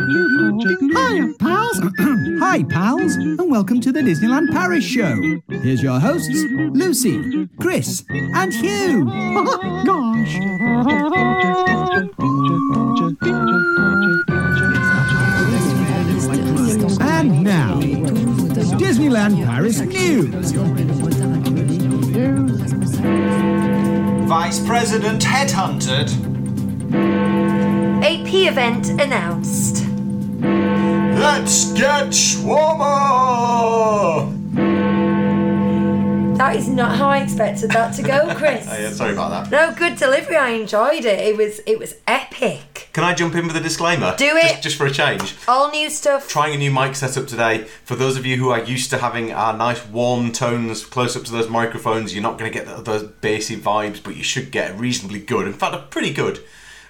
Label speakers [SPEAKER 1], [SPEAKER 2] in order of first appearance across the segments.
[SPEAKER 1] Hi, pals. Hi, pals, and welcome to the Disneyland Paris show. Here's your hosts, Lucy, Chris, and Hugh. Gosh. And now, Disneyland Paris news.
[SPEAKER 2] Vice President headhunted.
[SPEAKER 3] AP event announced.
[SPEAKER 2] Let's get Schwammer!
[SPEAKER 3] That is not how I expected that to go, Chris.
[SPEAKER 2] yeah, sorry about that.
[SPEAKER 3] No, good delivery. I enjoyed it. It was it was epic.
[SPEAKER 2] Can I jump in with a disclaimer?
[SPEAKER 3] Do
[SPEAKER 2] Just,
[SPEAKER 3] it.
[SPEAKER 2] just for a change.
[SPEAKER 3] All new stuff.
[SPEAKER 2] Trying a new mic setup today. For those of you who are used to having our nice warm tones close up to those microphones, you're not going to get th- those bassy vibes, but you should get a reasonably good, in fact, a pretty good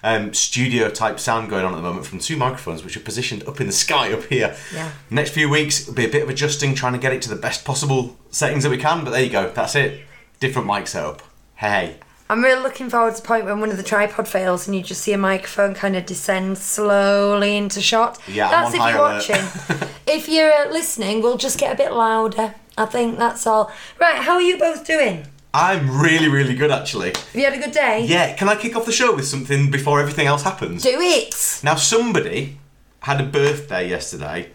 [SPEAKER 2] um, studio type sound going on at the moment from two microphones, which are positioned up in the sky up here.
[SPEAKER 3] Yeah.
[SPEAKER 2] Next few weeks will be a bit of adjusting, trying to get it to the best possible settings that we can. But there you go. That's it. Different mic setup. Hey.
[SPEAKER 3] I'm really looking forward to the point when one of the tripod fails and you just see a microphone kind of descend slowly into shot.
[SPEAKER 2] Yeah, I'm
[SPEAKER 3] that's
[SPEAKER 2] on
[SPEAKER 3] if
[SPEAKER 2] high
[SPEAKER 3] you're
[SPEAKER 2] alert.
[SPEAKER 3] watching. if you're uh, listening, we'll just get a bit louder. I think that's all. Right, how are you both doing?
[SPEAKER 2] I'm really, really good actually.
[SPEAKER 3] Have you had a good day?
[SPEAKER 2] Yeah, can I kick off the show with something before everything else happens?
[SPEAKER 3] Do it.
[SPEAKER 2] Now, somebody had a birthday yesterday,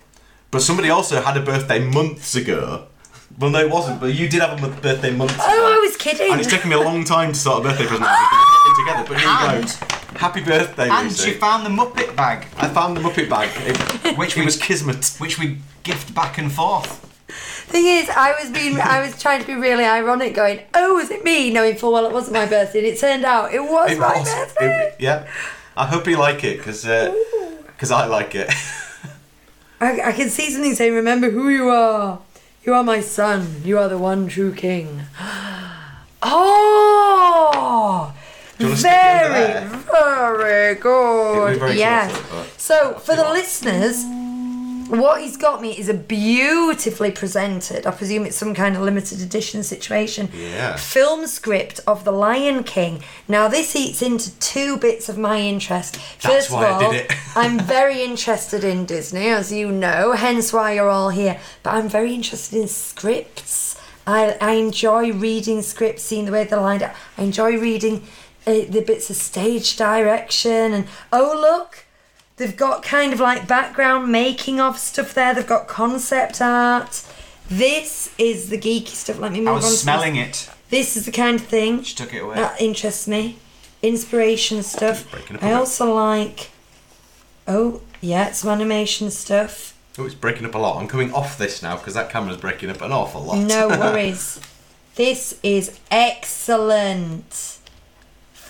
[SPEAKER 2] but somebody also had a birthday months ago. Well, no, it wasn't, but you did have a month- birthday months ago.
[SPEAKER 3] Oh, I was kidding. Ah!
[SPEAKER 2] And it's taken me a long time to sort a birthday present out, together, but here we
[SPEAKER 4] And-
[SPEAKER 2] go. Happy birthday,
[SPEAKER 4] And
[SPEAKER 2] Lucy.
[SPEAKER 4] she found the Muppet bag,
[SPEAKER 2] I found the Muppet bag, it,
[SPEAKER 4] Which
[SPEAKER 2] which it
[SPEAKER 4] we-
[SPEAKER 2] was Kismet.
[SPEAKER 4] which we gift back and forth.
[SPEAKER 3] Thing is, I was being, I was trying to be really ironic, going, "Oh, was it me?" Knowing full well it wasn't my birthday. And it turned out it was
[SPEAKER 2] It
[SPEAKER 3] my
[SPEAKER 2] was.
[SPEAKER 3] birthday.
[SPEAKER 2] It- yeah. I hope you like it, because I like it.
[SPEAKER 3] I, I can see something saying, "Remember who you are. You are my son. You are the one true king." oh,
[SPEAKER 2] you wanna stick it under
[SPEAKER 3] very, very
[SPEAKER 2] It'll be
[SPEAKER 3] good.
[SPEAKER 2] very
[SPEAKER 3] yes.
[SPEAKER 2] close up, but
[SPEAKER 3] So for the
[SPEAKER 2] what-
[SPEAKER 3] listeners. What he's got me is a beautifully presented, I presume it's some kind of limited edition situation,
[SPEAKER 2] Yeah.
[SPEAKER 3] film script of The Lion King. Now, this eats into two bits of my interest. First
[SPEAKER 2] why I
[SPEAKER 3] of all,
[SPEAKER 2] did it.
[SPEAKER 3] I'm very interested in Disney, as you know, hence why you're all here. But I'm very interested in scripts. I, I enjoy reading scripts, seeing the way they're lined up. I enjoy reading uh, the bits of stage direction and, oh, look, They've got kind of like background making of stuff there. They've got concept art. This is the geeky stuff. Let me move
[SPEAKER 4] I
[SPEAKER 3] on. to
[SPEAKER 4] was smelling it.
[SPEAKER 3] This. this is the kind of thing
[SPEAKER 4] She took it away.
[SPEAKER 3] that interests me. Inspiration stuff.
[SPEAKER 2] Breaking up a
[SPEAKER 3] I
[SPEAKER 2] bit.
[SPEAKER 3] also like. Oh yeah, some animation stuff.
[SPEAKER 2] Oh, it's breaking up a lot. I'm coming off this now because that camera's breaking up an awful lot.
[SPEAKER 3] No worries. this is excellent.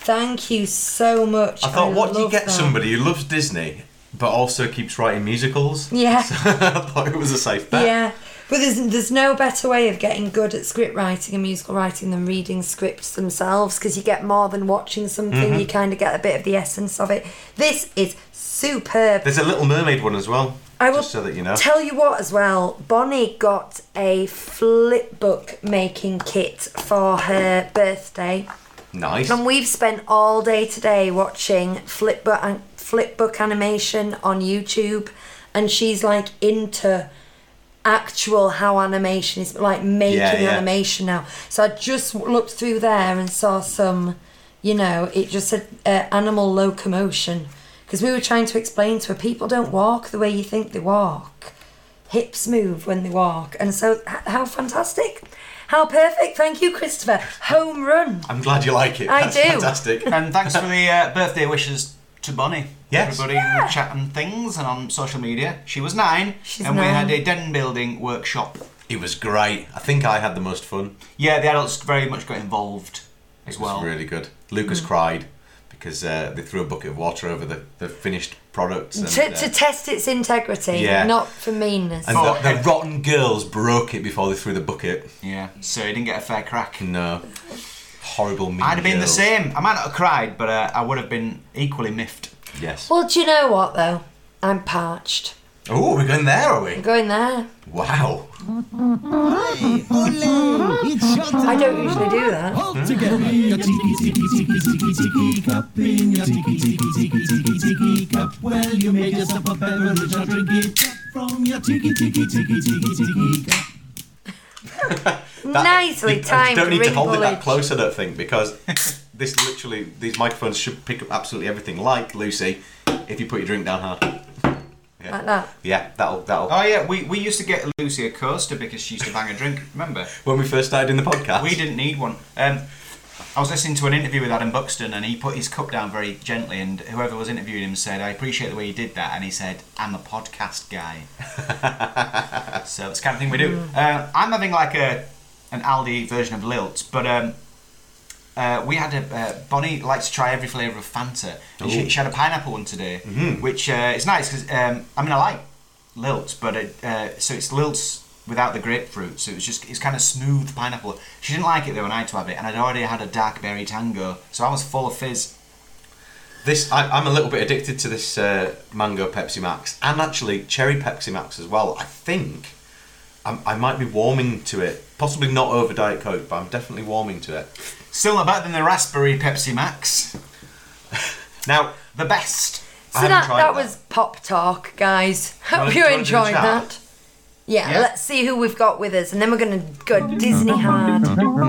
[SPEAKER 3] Thank you so much.
[SPEAKER 2] I thought, what do you
[SPEAKER 3] love
[SPEAKER 2] get
[SPEAKER 3] that.
[SPEAKER 2] somebody who loves Disney but also keeps writing musicals?
[SPEAKER 3] Yeah.
[SPEAKER 2] I thought it was a safe bet.
[SPEAKER 3] Yeah, but there's there's no better way of getting good at script writing and musical writing than reading scripts themselves because you get more than watching something.
[SPEAKER 2] Mm-hmm.
[SPEAKER 3] You kind of get a bit of the essence of it. This is superb.
[SPEAKER 2] There's a Little Mermaid one as well.
[SPEAKER 3] I will
[SPEAKER 2] just so that you know.
[SPEAKER 3] tell you what as well. Bonnie got a flip book making kit for her birthday.
[SPEAKER 2] nice.
[SPEAKER 3] And we've spent all day today watching flipbook and flipbook animation on YouTube, and she's like into actual how animation is like making
[SPEAKER 2] Yeah, yeah.
[SPEAKER 3] animation now. So I just w- looked through there and saw some, you know, it just said uh, animal locomotion because we were trying to explain to her people don't walk the way you think they walk. Hips move when they walk, and so h- how fantastic. How perfect. Thank you, Christopher. Home run.
[SPEAKER 2] I'm glad you like it.
[SPEAKER 3] I
[SPEAKER 2] That's
[SPEAKER 3] do.
[SPEAKER 2] fantastic.
[SPEAKER 4] and thanks for the uh, birthday wishes to Bonnie.
[SPEAKER 2] Yes.
[SPEAKER 4] Everybody in the chat and things and on social media. She was nine,
[SPEAKER 3] She's
[SPEAKER 4] and we
[SPEAKER 3] nine.
[SPEAKER 4] had a den building workshop.
[SPEAKER 2] it was great. I think I had the most fun.
[SPEAKER 4] Yeah, the adults very much got involved as
[SPEAKER 2] It
[SPEAKER 4] well.
[SPEAKER 2] was really good. Lucas
[SPEAKER 3] Mm.
[SPEAKER 2] cried because uh, they threw a bucket of water over the, the finished products. And,
[SPEAKER 3] to,
[SPEAKER 2] uh,
[SPEAKER 3] to test its integrity,
[SPEAKER 2] Yeah.
[SPEAKER 3] not for meanness.
[SPEAKER 2] and
[SPEAKER 4] Oh,
[SPEAKER 2] the, the
[SPEAKER 4] heck.
[SPEAKER 2] rotten girls broke it before they threw the bucket.
[SPEAKER 4] Yeah, so you didn't get a fair crack.
[SPEAKER 2] No. Horrible mean
[SPEAKER 4] I'd have been the
[SPEAKER 2] girls.
[SPEAKER 4] same. I might not have cried, but uh, I would have been equally miffed.
[SPEAKER 2] Yes.
[SPEAKER 3] Well, do you know what though? I'm parched.
[SPEAKER 2] Oh, we're going there, are we?
[SPEAKER 3] I'm going there.
[SPEAKER 2] Wow.
[SPEAKER 5] It's showtime.
[SPEAKER 3] I don't usually do that.
[SPEAKER 1] All together. Your tiki tiki tiki tiki tiki cup in your tiki tiki tiki tiki tiki cup. Well, you made yourself a beverage. Now drink it up from your tiki tiki tiki tiki tiki cup.
[SPEAKER 2] That-
[SPEAKER 3] Nicely
[SPEAKER 2] you-
[SPEAKER 3] timed
[SPEAKER 2] I don't need to
[SPEAKER 3] ring
[SPEAKER 2] hold it that
[SPEAKER 3] bullet.
[SPEAKER 2] close, I don't think, because this literally, these microphones should pick up absolutely everything. Like Lucy, if you put your drink down hard. Yeah.
[SPEAKER 3] Like that.
[SPEAKER 2] Yeah, that'll that'll.
[SPEAKER 4] Oh yeah, we, we used to get Lucy a coaster because she used to bang a drink. Remember?
[SPEAKER 2] When we first started in the podcast,
[SPEAKER 4] We didn't need one. Um, I was listening to an interview with Adam Buxton, and he put his cup down very gently. And whoever was interviewing him said, "I appreciate the way you did that." And he said, "I'm a podcast guy." so it's the kind of thing we do. Uh, I'm having like a an Aldi version of Lilt, but um, uh, we had a uh, Bonnie likes to try every flavour of Fanta. And she,
[SPEAKER 2] Ooh. Mm-hmm.
[SPEAKER 4] she had a pineapple one today, which uh, is nice because um, I mean I like Lilt, but it, uh, so it's Lilt without the grapefruit, so it's just it's kind of smooth pineapple. She didn't like it though, and I had to have it, and I'd already had a dark berry tango, so I was full of fizz.
[SPEAKER 2] This I, I'm a little bit addicted to this uh, mango Pepsi Max and actually cherry Pepsi Max as well. I think i I might be warming to it, possibly not over Diet Coke, but I'm definitely warming to it.
[SPEAKER 4] Still not better than the raspberry Pepsi Max,
[SPEAKER 2] Now,
[SPEAKER 4] the best.
[SPEAKER 3] So
[SPEAKER 2] haven't
[SPEAKER 3] that,
[SPEAKER 2] tried
[SPEAKER 3] that
[SPEAKER 2] that.
[SPEAKER 3] was pop talk, guys. Hope
[SPEAKER 2] Well,
[SPEAKER 3] you
[SPEAKER 2] do you wanna do the
[SPEAKER 3] enjoyed
[SPEAKER 2] chat?
[SPEAKER 3] that. Yeah,
[SPEAKER 4] Yeah.
[SPEAKER 3] let's see who we've got with us, and then we're gonna go Disney hard.
[SPEAKER 1] Who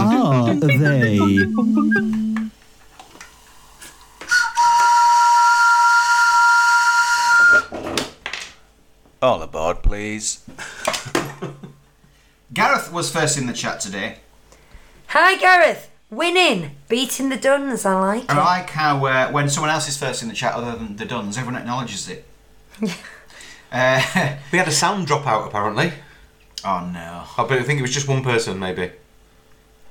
[SPEAKER 1] are they?
[SPEAKER 4] All aboard, please. Gareth was first in the chat today.
[SPEAKER 3] Hi, Gareth. Winning, beating the Duns. I like it.
[SPEAKER 4] I like how uh, when someone else is first in the chat other than the Duns, everyone acknowledges it. uh,
[SPEAKER 2] we had a sound dropout apparently.
[SPEAKER 4] oh no.
[SPEAKER 2] I bet- I think it was just one person maybe.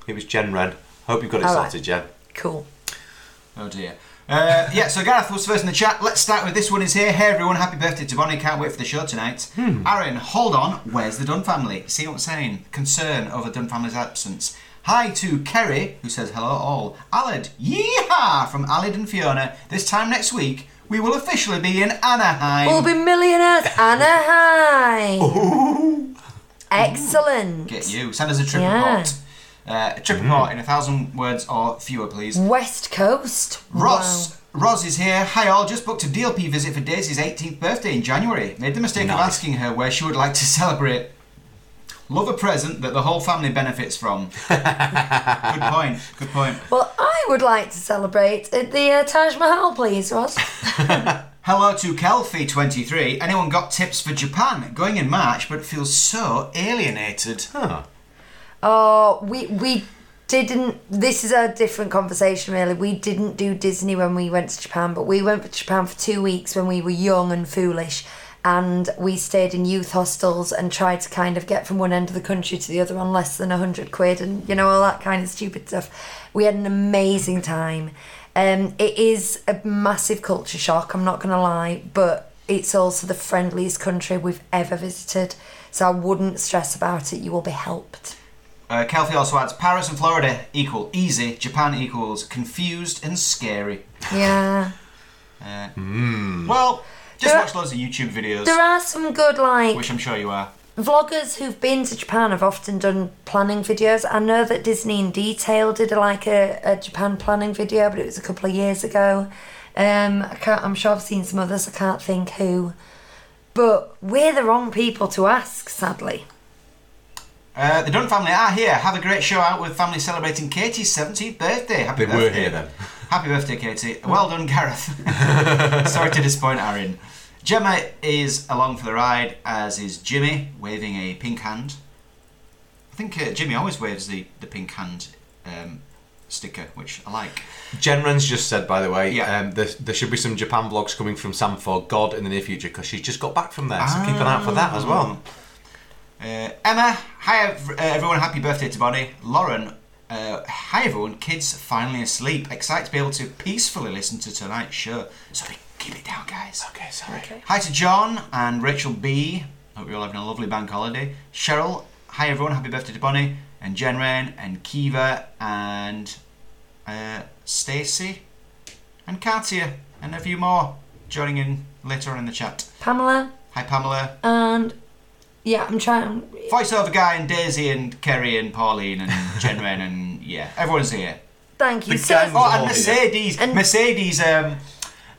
[SPEAKER 2] It was Jen Red. Hope you've got it
[SPEAKER 3] All right.
[SPEAKER 2] sorted, Jen.
[SPEAKER 3] Cool.
[SPEAKER 4] Oh dear. Uh, yeah, so Gareth was first in the chat. Let's start with this one. Is here. Hey everyone, happy birthday to Bonnie. Can't wait for the show tonight. Aaron, hold on. Where's the Dunn family? See what I'm saying? Concern over Dunn family's absence. Hi to Kerry, who says hello all. Aled, yeehaw from Aled and Fiona. This time next week, we will officially be in Anaheim.
[SPEAKER 3] We'll be millionaires.
[SPEAKER 2] Oh.
[SPEAKER 3] Anaheim. Excellent.
[SPEAKER 4] Get you. Send us a trip
[SPEAKER 3] Yeah.
[SPEAKER 4] report. Uh, a trip report in a thousand words or fewer, please.
[SPEAKER 3] West Coast.
[SPEAKER 4] Ross.
[SPEAKER 3] Wow.
[SPEAKER 4] Roz is here. Hi all, just booked a DLP visit for Daisy's 18th birthday in January. Made the mistake of
[SPEAKER 2] Nice.
[SPEAKER 4] asking her where she would like to celebrate. Love a present that the whole family benefits from. good point, good point.
[SPEAKER 3] Well, I would like to celebrate at the uh, Taj Mahal, please, Ross.
[SPEAKER 4] Hello to Kelfie23. Anyone got tips for Japan? Going in March, but feels so alienated.
[SPEAKER 2] Huh.
[SPEAKER 3] Oh, we we didn't. This is a different conversation, really. We didn't do Disney when we went to Japan, but we went to Japan for two weeks when we were young and foolish, and we stayed in youth hostels and tried to kind of get from one end of the country to the other on less than a hundred quid, and you know all that kind of stupid stuff. We had an amazing time. Um, it is a massive culture shock. I'm not gonna lie, but it's also the friendliest country we've ever visited. So I wouldn't stress about it. You will be helped.
[SPEAKER 4] Uh, Kelfie also adds Paris and Florida equal easy, Japan equals confused and scary.
[SPEAKER 3] Yeah.
[SPEAKER 4] Uh,
[SPEAKER 2] Hmm.
[SPEAKER 4] Well, just
[SPEAKER 3] There-
[SPEAKER 4] watch loads of YouTube videos,
[SPEAKER 3] There are some good, like,
[SPEAKER 4] which I'm sure you are.
[SPEAKER 3] vloggers who've been to Japan have often done planning videos. I know that Disney in Detail did, like, a, a Japan planning video, but it was a couple of years ago. Um, I can't, I'm sure I've seen some others, I can't think who. But we're the wrong people to ask, sadly.
[SPEAKER 4] Uh, the Dunn family are here. Have a great show out with family celebrating Katie's 17th birthday. Happy
[SPEAKER 2] They
[SPEAKER 4] birthday.
[SPEAKER 2] were here then.
[SPEAKER 4] Happy birthday, Katie. Well done, Gareth. Sorry to disappoint Aaron. Gemma is along for the ride, as is Jimmy, waving a pink hand. I think uh, Jimmy always waves the, the pink hand um, sticker, which I like.
[SPEAKER 2] Jen Ren's just said, by the way,
[SPEAKER 4] Yeah.
[SPEAKER 2] um, there, there should be some Japan vlogs coming from Sam for God in the near future because she's just got back from there. So keep an eye out for that as well.
[SPEAKER 4] Uh, Emma, hi ev- uh, everyone, happy birthday to Bonnie. Lauren, uh, hi everyone, kids finally asleep. Excited to be able to peacefully listen to tonight's show. Sorry, keep it down, guys.
[SPEAKER 2] Okay, sorry.
[SPEAKER 4] Hi to John and Rachel B. Hope you're all having a lovely bank holiday. Cheryl, hi everyone, happy birthday to Bonnie and Jen Rain and Kiva and uh, Stacy and Katia and a few more joining in later on in the chat.
[SPEAKER 3] Pamela
[SPEAKER 4] Hi Pamela.
[SPEAKER 3] and Yeah, I'm trying.
[SPEAKER 4] Voiceover guy and Daisy and Kerry and Pauline and Jenren and yeah, everyone's here.
[SPEAKER 3] Thank you,
[SPEAKER 2] The
[SPEAKER 3] sir.
[SPEAKER 2] gang-
[SPEAKER 4] Oh, and
[SPEAKER 2] all here.
[SPEAKER 4] Mercedes.
[SPEAKER 3] And-
[SPEAKER 4] Mercedes um,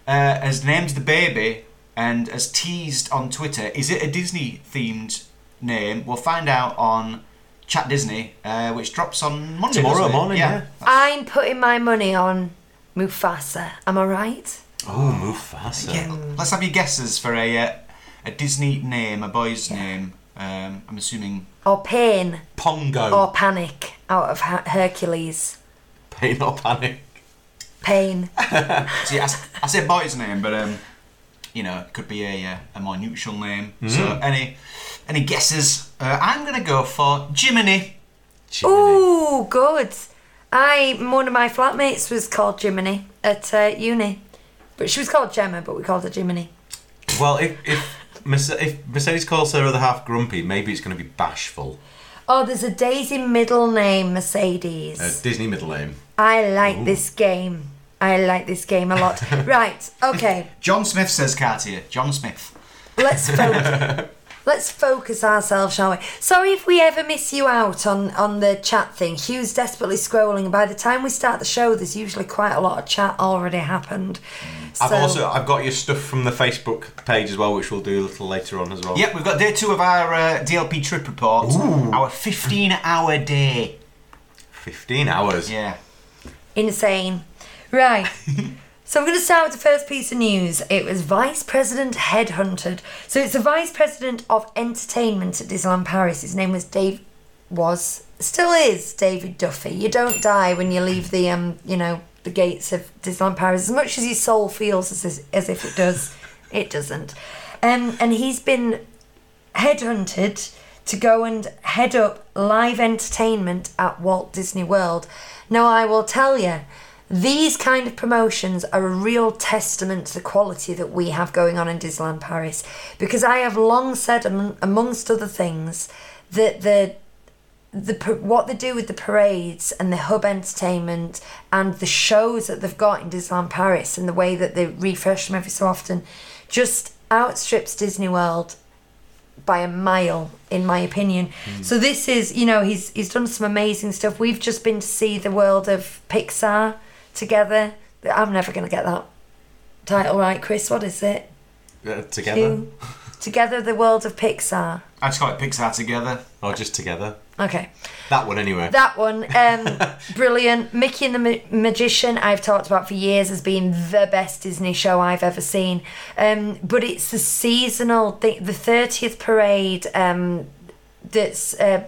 [SPEAKER 4] uh, has named the baby and has teased on Twitter. Is it a Disney themed name? We'll find out on Chat Disney, uh, which drops on Monday.
[SPEAKER 2] Tomorrow
[SPEAKER 4] doesn't it?
[SPEAKER 2] morning, yeah.
[SPEAKER 3] I'm putting my money on Mufasa. Am I right?
[SPEAKER 2] Oh, Mufasa.
[SPEAKER 4] Yeah, let's have your guesses for a uh, a Disney name, a boy's name. Um, I'm assuming
[SPEAKER 3] Or pain
[SPEAKER 2] Pongo.
[SPEAKER 3] or panic out of Her- Hercules.
[SPEAKER 2] Pain or panic.
[SPEAKER 3] Pain.
[SPEAKER 4] See, I, s- I said boy's name, but um, you know, it could be a uh, a more neutral name. So
[SPEAKER 2] Mm.
[SPEAKER 4] any any guesses? Uh, I'm gonna go for Jiminy.
[SPEAKER 3] Ooh, good. I one of my flatmates was called Jiminy at uh, uni, but she was called Gemma, but we called her Jiminy.
[SPEAKER 2] Well, if if, Merce- if Mercedes calls her other half grumpy, maybe it's going to be bashful.
[SPEAKER 3] Oh, there's a Daisy middle name, Mercedes.
[SPEAKER 2] Uh, Disney middle name.
[SPEAKER 3] I like this game. I like this game a lot. right. Okay.
[SPEAKER 4] John Smith says Cartier. John Smith.
[SPEAKER 3] let's focus. let's focus ourselves, shall we? Sorry if we ever miss you out on on the chat thing. Hugh's desperately scrolling. By the time we start the show, there's usually quite a lot of chat already happened. So,
[SPEAKER 2] I've also I've got your stuff from the Facebook page as well, which we'll do a little later on as well.
[SPEAKER 4] Yep, we've got day two of our uh, DLP trip report. Our 15-hour day.
[SPEAKER 2] Fifteen hours.
[SPEAKER 4] Yeah.
[SPEAKER 3] insane, right? So I'm going to start with the first piece of news. It was Vice President headhunted. So it's the Vice President of Entertainment at Disneyland Paris. His name was Dave. Was still is David Duffy. You don't die when you leave the um, you know, the gates of Disneyland Paris. As much as your soul feels as as if it does, it doesn't. Um, and he's been headhunted to go and head up live entertainment at Walt Disney World. Now, I will tell you, these kind of promotions are a real testament to the quality that we have going on in Disneyland Paris because I have long said, am- amongst other things, that the the par- what they do with the parades and the hub entertainment and the shows that they've got in Disneyland Paris and the way that they refresh them every so often just outstrips Disney World by a mile in my opinion. So this is, you know, he's he's done some amazing stuff. We've just been to see the world of Pixar together. I'm never going to get that title right, Chris. What is it?
[SPEAKER 2] Uh, together
[SPEAKER 3] Who- Together the world of Pixar.
[SPEAKER 4] I just call it Pixar Together.
[SPEAKER 2] or Oh, just together.
[SPEAKER 3] Okay.
[SPEAKER 2] That one anyway.
[SPEAKER 3] That one, um, brilliant. Mickey and the Ma- Magician, I've talked about for years as being the best Disney show I've ever seen. Um, but it's the seasonal, thing, the 30th parade um, that's uh,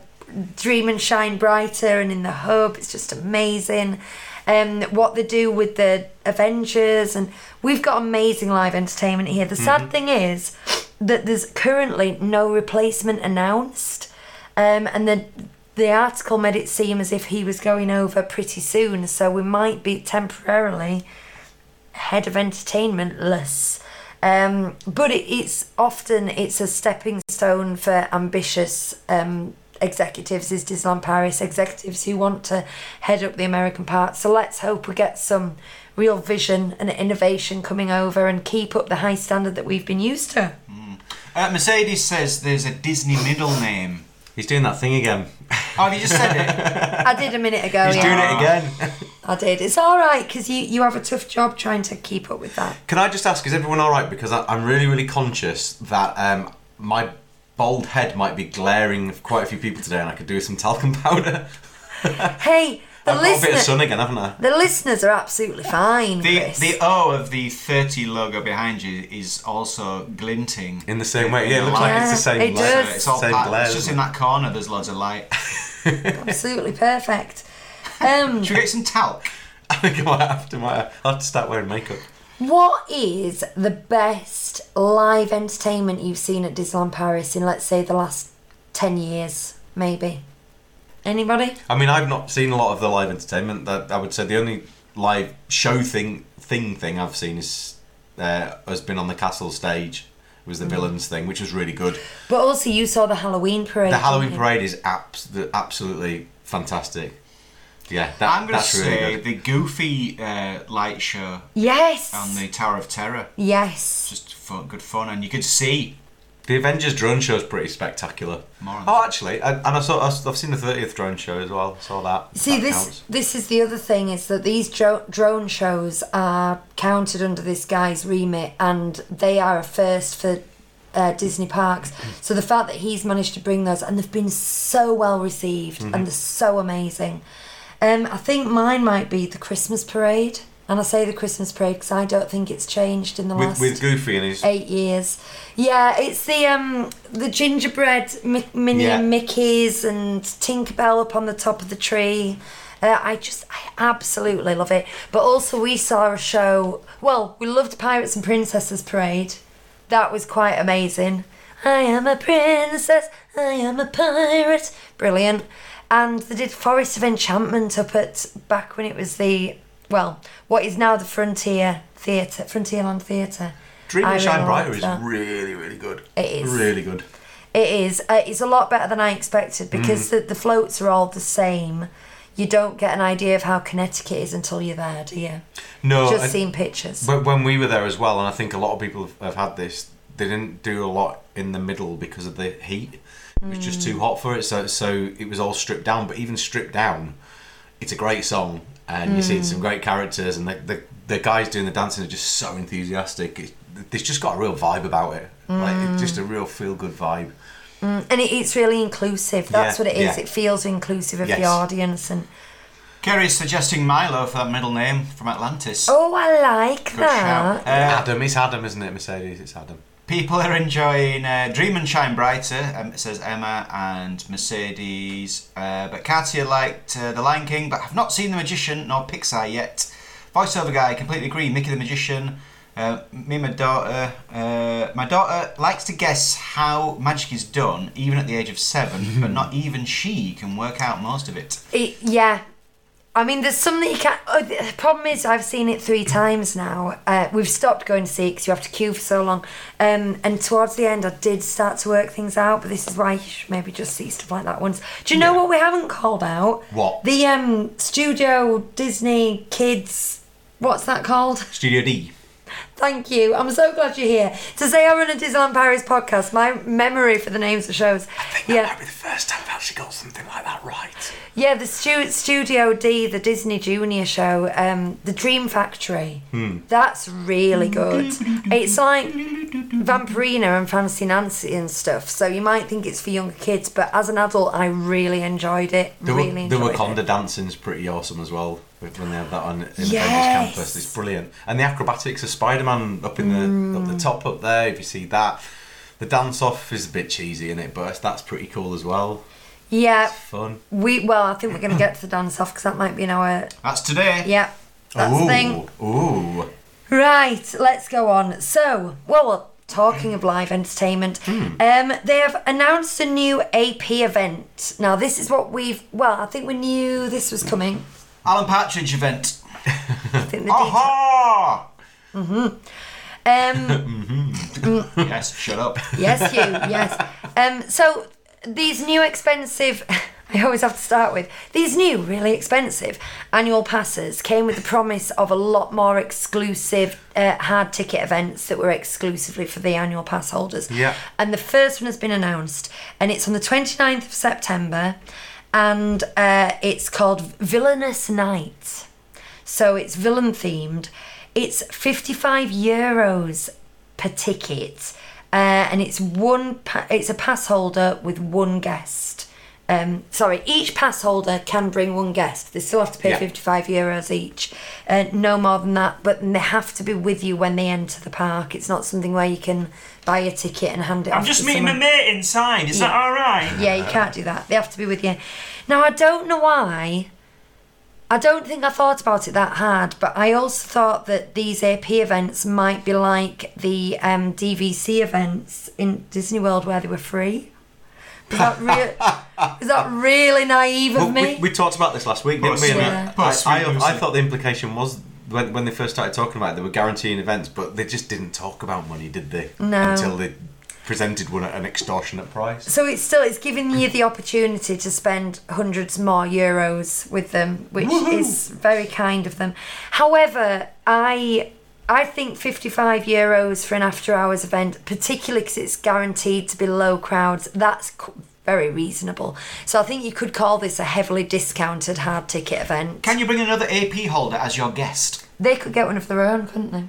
[SPEAKER 3] Dream and Shine Brighter and in the Hub. It's just amazing. Um, what they do with the Avengers, and we've got amazing live entertainment here. The sad thing is that there's currently no replacement announced. Um, and the the article made it seem as if he was going over pretty soon, so we might be temporarily head of entertainment less. Um, but it, it's often it's a stepping stone for ambitious um, executives, is Disneyland Paris executives who want to head up the American part. So let's hope we get some real vision and innovation coming over and keep up the high standard that we've been used to.
[SPEAKER 4] Uh, Mercedes says there's a Disney middle name.
[SPEAKER 2] He's doing that thing again.
[SPEAKER 4] Oh, have you just said it?
[SPEAKER 3] I did a minute ago.
[SPEAKER 2] He's
[SPEAKER 3] yeah.
[SPEAKER 2] doing it again.
[SPEAKER 3] I did. It's all right because you, you have a tough job trying to keep up with that.
[SPEAKER 2] Can I just ask, is everyone all right? Because I, I'm really, really conscious that um, my bald head might be glaring of quite a few people today, and I could do with some talcum powder.
[SPEAKER 3] Hey, the
[SPEAKER 2] I've got a bit of
[SPEAKER 3] listener,
[SPEAKER 2] sun again, haven't I?
[SPEAKER 3] the listeners are absolutely fine.
[SPEAKER 4] The
[SPEAKER 3] Chris.
[SPEAKER 4] the O of the 30 logo behind you is also glinting.
[SPEAKER 2] In the same way, yeah,
[SPEAKER 4] the
[SPEAKER 2] it looks like it's the
[SPEAKER 3] light.
[SPEAKER 2] same.
[SPEAKER 3] Yeah, it
[SPEAKER 2] light,
[SPEAKER 3] does.
[SPEAKER 4] it's all
[SPEAKER 2] same
[SPEAKER 4] packed.
[SPEAKER 2] glare.
[SPEAKER 4] It's just in that corner. There's loads of light.
[SPEAKER 3] absolutely perfect. Um,
[SPEAKER 4] Should we get some talc?
[SPEAKER 2] I think I might have to. Might, I'll have to start wearing makeup.
[SPEAKER 3] what is the best live entertainment you've seen at Disneyland Paris in, let's say, the last ten years, maybe? Anybody?
[SPEAKER 2] I mean, I've not seen a lot of the live entertainment. That I would say the only live show thing thing thing I've seen is uh, has been on the castle stage. Was
[SPEAKER 3] Mm.
[SPEAKER 2] the villains thing, which was really good.
[SPEAKER 3] But also, you saw the Halloween parade.
[SPEAKER 2] The Halloween
[SPEAKER 3] didn't you?
[SPEAKER 2] parade is abs- absolutely fantastic. Yeah, that,
[SPEAKER 4] I'm going to
[SPEAKER 2] that's really
[SPEAKER 4] say
[SPEAKER 2] good.
[SPEAKER 4] the Goofy uh, light show
[SPEAKER 3] Yes.
[SPEAKER 4] on the Tower of Terror.
[SPEAKER 3] yes.
[SPEAKER 4] Just fun, good fun, and you could see
[SPEAKER 2] The Avengers drone show is pretty spectacular.
[SPEAKER 4] More on
[SPEAKER 2] Oh,
[SPEAKER 4] that.
[SPEAKER 2] actually, I, and I saw I've I've seen the thirtieth drone show as well. Saw that.
[SPEAKER 3] See,
[SPEAKER 2] That
[SPEAKER 3] this
[SPEAKER 2] counts.
[SPEAKER 3] this is the other thing is that these dro- drone shows are counted under this guy's remit, and they are a first for uh, Disney parks.
[SPEAKER 2] Mm-hmm.
[SPEAKER 3] So the fact that he's managed to bring those, and they've been so well received,
[SPEAKER 2] Mm-hmm.
[SPEAKER 3] and they're so amazing. Um, I think mine might be the Christmas parade, and I say the Christmas parade because I don't think it's changed in the
[SPEAKER 2] with,
[SPEAKER 3] last
[SPEAKER 2] with Goofy and his.
[SPEAKER 3] eight years. Yeah, it's the um the gingerbread mi- mini
[SPEAKER 2] Yeah.
[SPEAKER 3] Mickeys and Tinkerbell up on the top of the tree. Uh, I just, I absolutely love it. But also, we saw a show. Well, we loved Pirates and Princesses Parade. That was quite amazing. I am a princess. I am a pirate. Brilliant. And they did Forest of Enchantment up at back when it was the well, what is now the Frontier Theatre, Frontierland Theatre.
[SPEAKER 2] Dream
[SPEAKER 3] I
[SPEAKER 2] and Shine
[SPEAKER 3] really
[SPEAKER 2] Brighter
[SPEAKER 3] liked
[SPEAKER 2] is
[SPEAKER 3] that.
[SPEAKER 2] really, really good.
[SPEAKER 3] It is.
[SPEAKER 2] really good.
[SPEAKER 3] It is. Uh, it's a lot better than I expected
[SPEAKER 2] Mm.
[SPEAKER 3] because the, the floats are all the same. You don't get an idea of how kinetic it is until you're there, do you?
[SPEAKER 2] No,
[SPEAKER 3] Just
[SPEAKER 2] I-
[SPEAKER 3] seeing pictures.
[SPEAKER 2] But when we were there as well, and I think a lot of people have, have had this, they didn't do a lot in the middle because of the heat. It was just too hot for it, so so it was all stripped down. But even stripped down, it's a great song, and you see some great characters, and the, the the guys doing the dancing are just so enthusiastic. It, it's just got a real vibe about it, like it's just a real feel good vibe.
[SPEAKER 3] and it, it's really inclusive. That's
[SPEAKER 2] Yeah,
[SPEAKER 3] what it is.
[SPEAKER 2] yeah.
[SPEAKER 3] It feels inclusive of the
[SPEAKER 2] Yes.
[SPEAKER 3] audience. And
[SPEAKER 4] Kerry's suggesting Milo for that middle name from Atlantis.
[SPEAKER 3] oh, I like
[SPEAKER 4] Good
[SPEAKER 3] that.
[SPEAKER 4] shout. Uh,
[SPEAKER 2] Adam, it's Adam, isn't it? Mercedes, it's Adam.
[SPEAKER 4] people are enjoying uh, Dream and Shine Brighter, um, says Emma and Mercedes. Uh, but Katia liked uh, The Lion King, but have not seen The Magician nor Pixar yet. Voiceover guy, completely agree. Mickey the Magician. Uh, me and my daughter, uh, my daughter likes to guess how magic is done, even at the age of seven. but not even she can work out most of it.
[SPEAKER 3] It, yeah. I mean, there's some that you can't. Oh, the problem is, I've seen it three times now. Uh, we've stopped going to see it 'cause you have to queue for so long. Um, and towards the end, I did start to work things out, but this is why you should maybe just see stuff like that once. Do you know what we haven't called out?
[SPEAKER 2] What?
[SPEAKER 3] The um, Studio Disney Kids. What's that called?
[SPEAKER 2] Studio D.
[SPEAKER 3] Thank you. I'm so glad you're here. To say I run a Disneyland Paris podcast, my memory for the names of shows. yeah.
[SPEAKER 2] be the first time I've actually got something like that right.
[SPEAKER 3] Yeah, the stu- Studio D, the Disney Junior show, um, the Dream Factory. That's really good. It's like Vampirina and Fancy Nancy and stuff. So you might think it's for younger kids, but as an adult, I really enjoyed it.
[SPEAKER 2] The,
[SPEAKER 3] really
[SPEAKER 2] the
[SPEAKER 3] enjoyed
[SPEAKER 2] Wakanda
[SPEAKER 3] it.
[SPEAKER 2] dancing's pretty awesome as well with- when they have that on in the
[SPEAKER 3] Yes.
[SPEAKER 2] Avengers campus. It's brilliant, and the acrobatics of Spider-Man up in the up
[SPEAKER 3] Mm.
[SPEAKER 2] the top up there. If you see that, the dance-off is a bit cheesy in it, but that's pretty cool as well.
[SPEAKER 3] Yeah,
[SPEAKER 2] Fun.
[SPEAKER 3] we. Well, I think we're going to get to the dance off because that might be in our.
[SPEAKER 4] That's today.
[SPEAKER 3] Yeah, that's
[SPEAKER 2] ooh,
[SPEAKER 3] the thing.
[SPEAKER 2] ooh.
[SPEAKER 3] Right, let's go on. So, well, talking of live entertainment, um, they have announced a new AP event. Now, this is what we've. Well, I think we knew this was coming.
[SPEAKER 4] Alan Partridge event.
[SPEAKER 3] I think the detail-
[SPEAKER 4] Aha!
[SPEAKER 3] um,
[SPEAKER 4] yes, shut up.
[SPEAKER 3] yes, you, yes. Um, so these new expensive, I always have to start with these new really expensive annual passes came with the promise of a lot more exclusive uh, hard ticket events that were exclusively for the annual pass holders.
[SPEAKER 2] Yeah.
[SPEAKER 3] And the first one has been announced, and it's on the 29th of September, and uh, it's called Villainous Night. So it's villain themed. It's 55 euros per ticket, uh, and it's one. Pa- it's a pass holder with one guest. Um, sorry, each pass holder can bring one guest. They still have to pay
[SPEAKER 2] Yeah.
[SPEAKER 3] 55 euros each, uh, no more than that. But they have to be with you when they enter the park. It's not something where you can buy a ticket and hand it.
[SPEAKER 6] I'm
[SPEAKER 3] off
[SPEAKER 6] just
[SPEAKER 3] to
[SPEAKER 6] meeting my
[SPEAKER 3] someone.
[SPEAKER 6] mate inside. Is that all right?
[SPEAKER 3] Yeah, you can't do that. They have to be with you. Now, I don't know why. I don't think I thought about it that hard, but I also thought that these AP events might be like the um, DVC events in Disney World where they were free. Is that, rea- is that really naive of
[SPEAKER 2] Well,
[SPEAKER 3] me?
[SPEAKER 2] we, we talked about this last week, didn't
[SPEAKER 4] Puss.
[SPEAKER 2] we? And
[SPEAKER 3] Yeah.
[SPEAKER 2] I,
[SPEAKER 4] Puss,
[SPEAKER 2] I,
[SPEAKER 4] we lose
[SPEAKER 2] I
[SPEAKER 4] it.
[SPEAKER 2] thought the implication was when, when they first started talking about it, they were guaranteeing events, but they just didn't talk about money, did they?
[SPEAKER 3] No.
[SPEAKER 2] Until they presented one at an extortionate price.
[SPEAKER 3] so it's still it's giving you the opportunity to spend hundreds more euros with them, which is very kind of them. However, I I think 55 euros for an after hours event, particularly because it's guaranteed to be low crowds, that's c- very reasonable. So I think you could call this a heavily discounted hard ticket event.
[SPEAKER 4] Can you bring another AP holder as your guest?
[SPEAKER 3] They could get one of their own, couldn't they?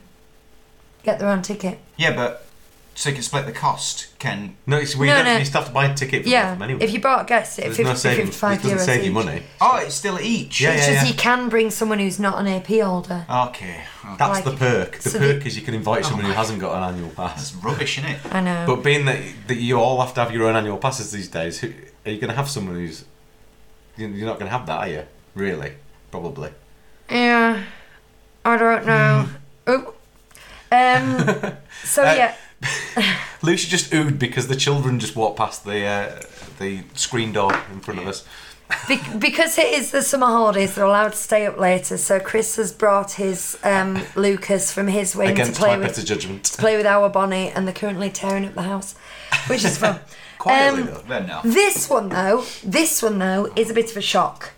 [SPEAKER 3] Get their own ticket.
[SPEAKER 4] Yeah, but so you can split the cost. Can
[SPEAKER 2] No, it's, we
[SPEAKER 3] No,
[SPEAKER 2] don't,
[SPEAKER 3] no.
[SPEAKER 2] you still have to buy a ticket for both
[SPEAKER 3] Yeah,
[SPEAKER 2] of them anyway.
[SPEAKER 3] if you bought a guest at
[SPEAKER 2] There's
[SPEAKER 3] 50,
[SPEAKER 2] no saving. It
[SPEAKER 3] 55
[SPEAKER 2] doesn't
[SPEAKER 3] euros
[SPEAKER 2] save you
[SPEAKER 3] each.
[SPEAKER 2] money.
[SPEAKER 4] oh, it's still each.
[SPEAKER 2] Yeah,
[SPEAKER 3] It's
[SPEAKER 2] yeah,
[SPEAKER 3] just
[SPEAKER 2] yeah.
[SPEAKER 3] you can bring someone who's not an AP holder.
[SPEAKER 4] Okay, oh,
[SPEAKER 2] That's
[SPEAKER 3] like-
[SPEAKER 2] the perk. The
[SPEAKER 3] so the- Oh
[SPEAKER 2] perk is you can invite someone who hasn't got an annual pass.
[SPEAKER 4] that's rubbish, isn't it?
[SPEAKER 3] I know.
[SPEAKER 2] But being that, that you all have to have your own annual passes these days, who, are you going to have someone who's. you- You're not going to have that, are you? Really? Probably.
[SPEAKER 3] yeah, I don't know. oh. Um,
[SPEAKER 2] Mm-hmm.
[SPEAKER 3] so
[SPEAKER 2] Uh,
[SPEAKER 3] yeah,
[SPEAKER 2] Lucy just oohed because the children just walked past the uh, the screen door in front of us.
[SPEAKER 3] Be- because it is the summer holidays, they're allowed to stay up later. So Chris has brought his um, Lucas from his wing to
[SPEAKER 2] Against
[SPEAKER 3] play
[SPEAKER 2] my
[SPEAKER 3] with
[SPEAKER 2] better judgment.
[SPEAKER 3] to play with our Bonnie, and they're currently tearing up the house, which is fun.
[SPEAKER 2] Quietly,
[SPEAKER 3] Um,
[SPEAKER 2] though.
[SPEAKER 4] Then no.
[SPEAKER 3] This one though, this one though is a bit of a shock.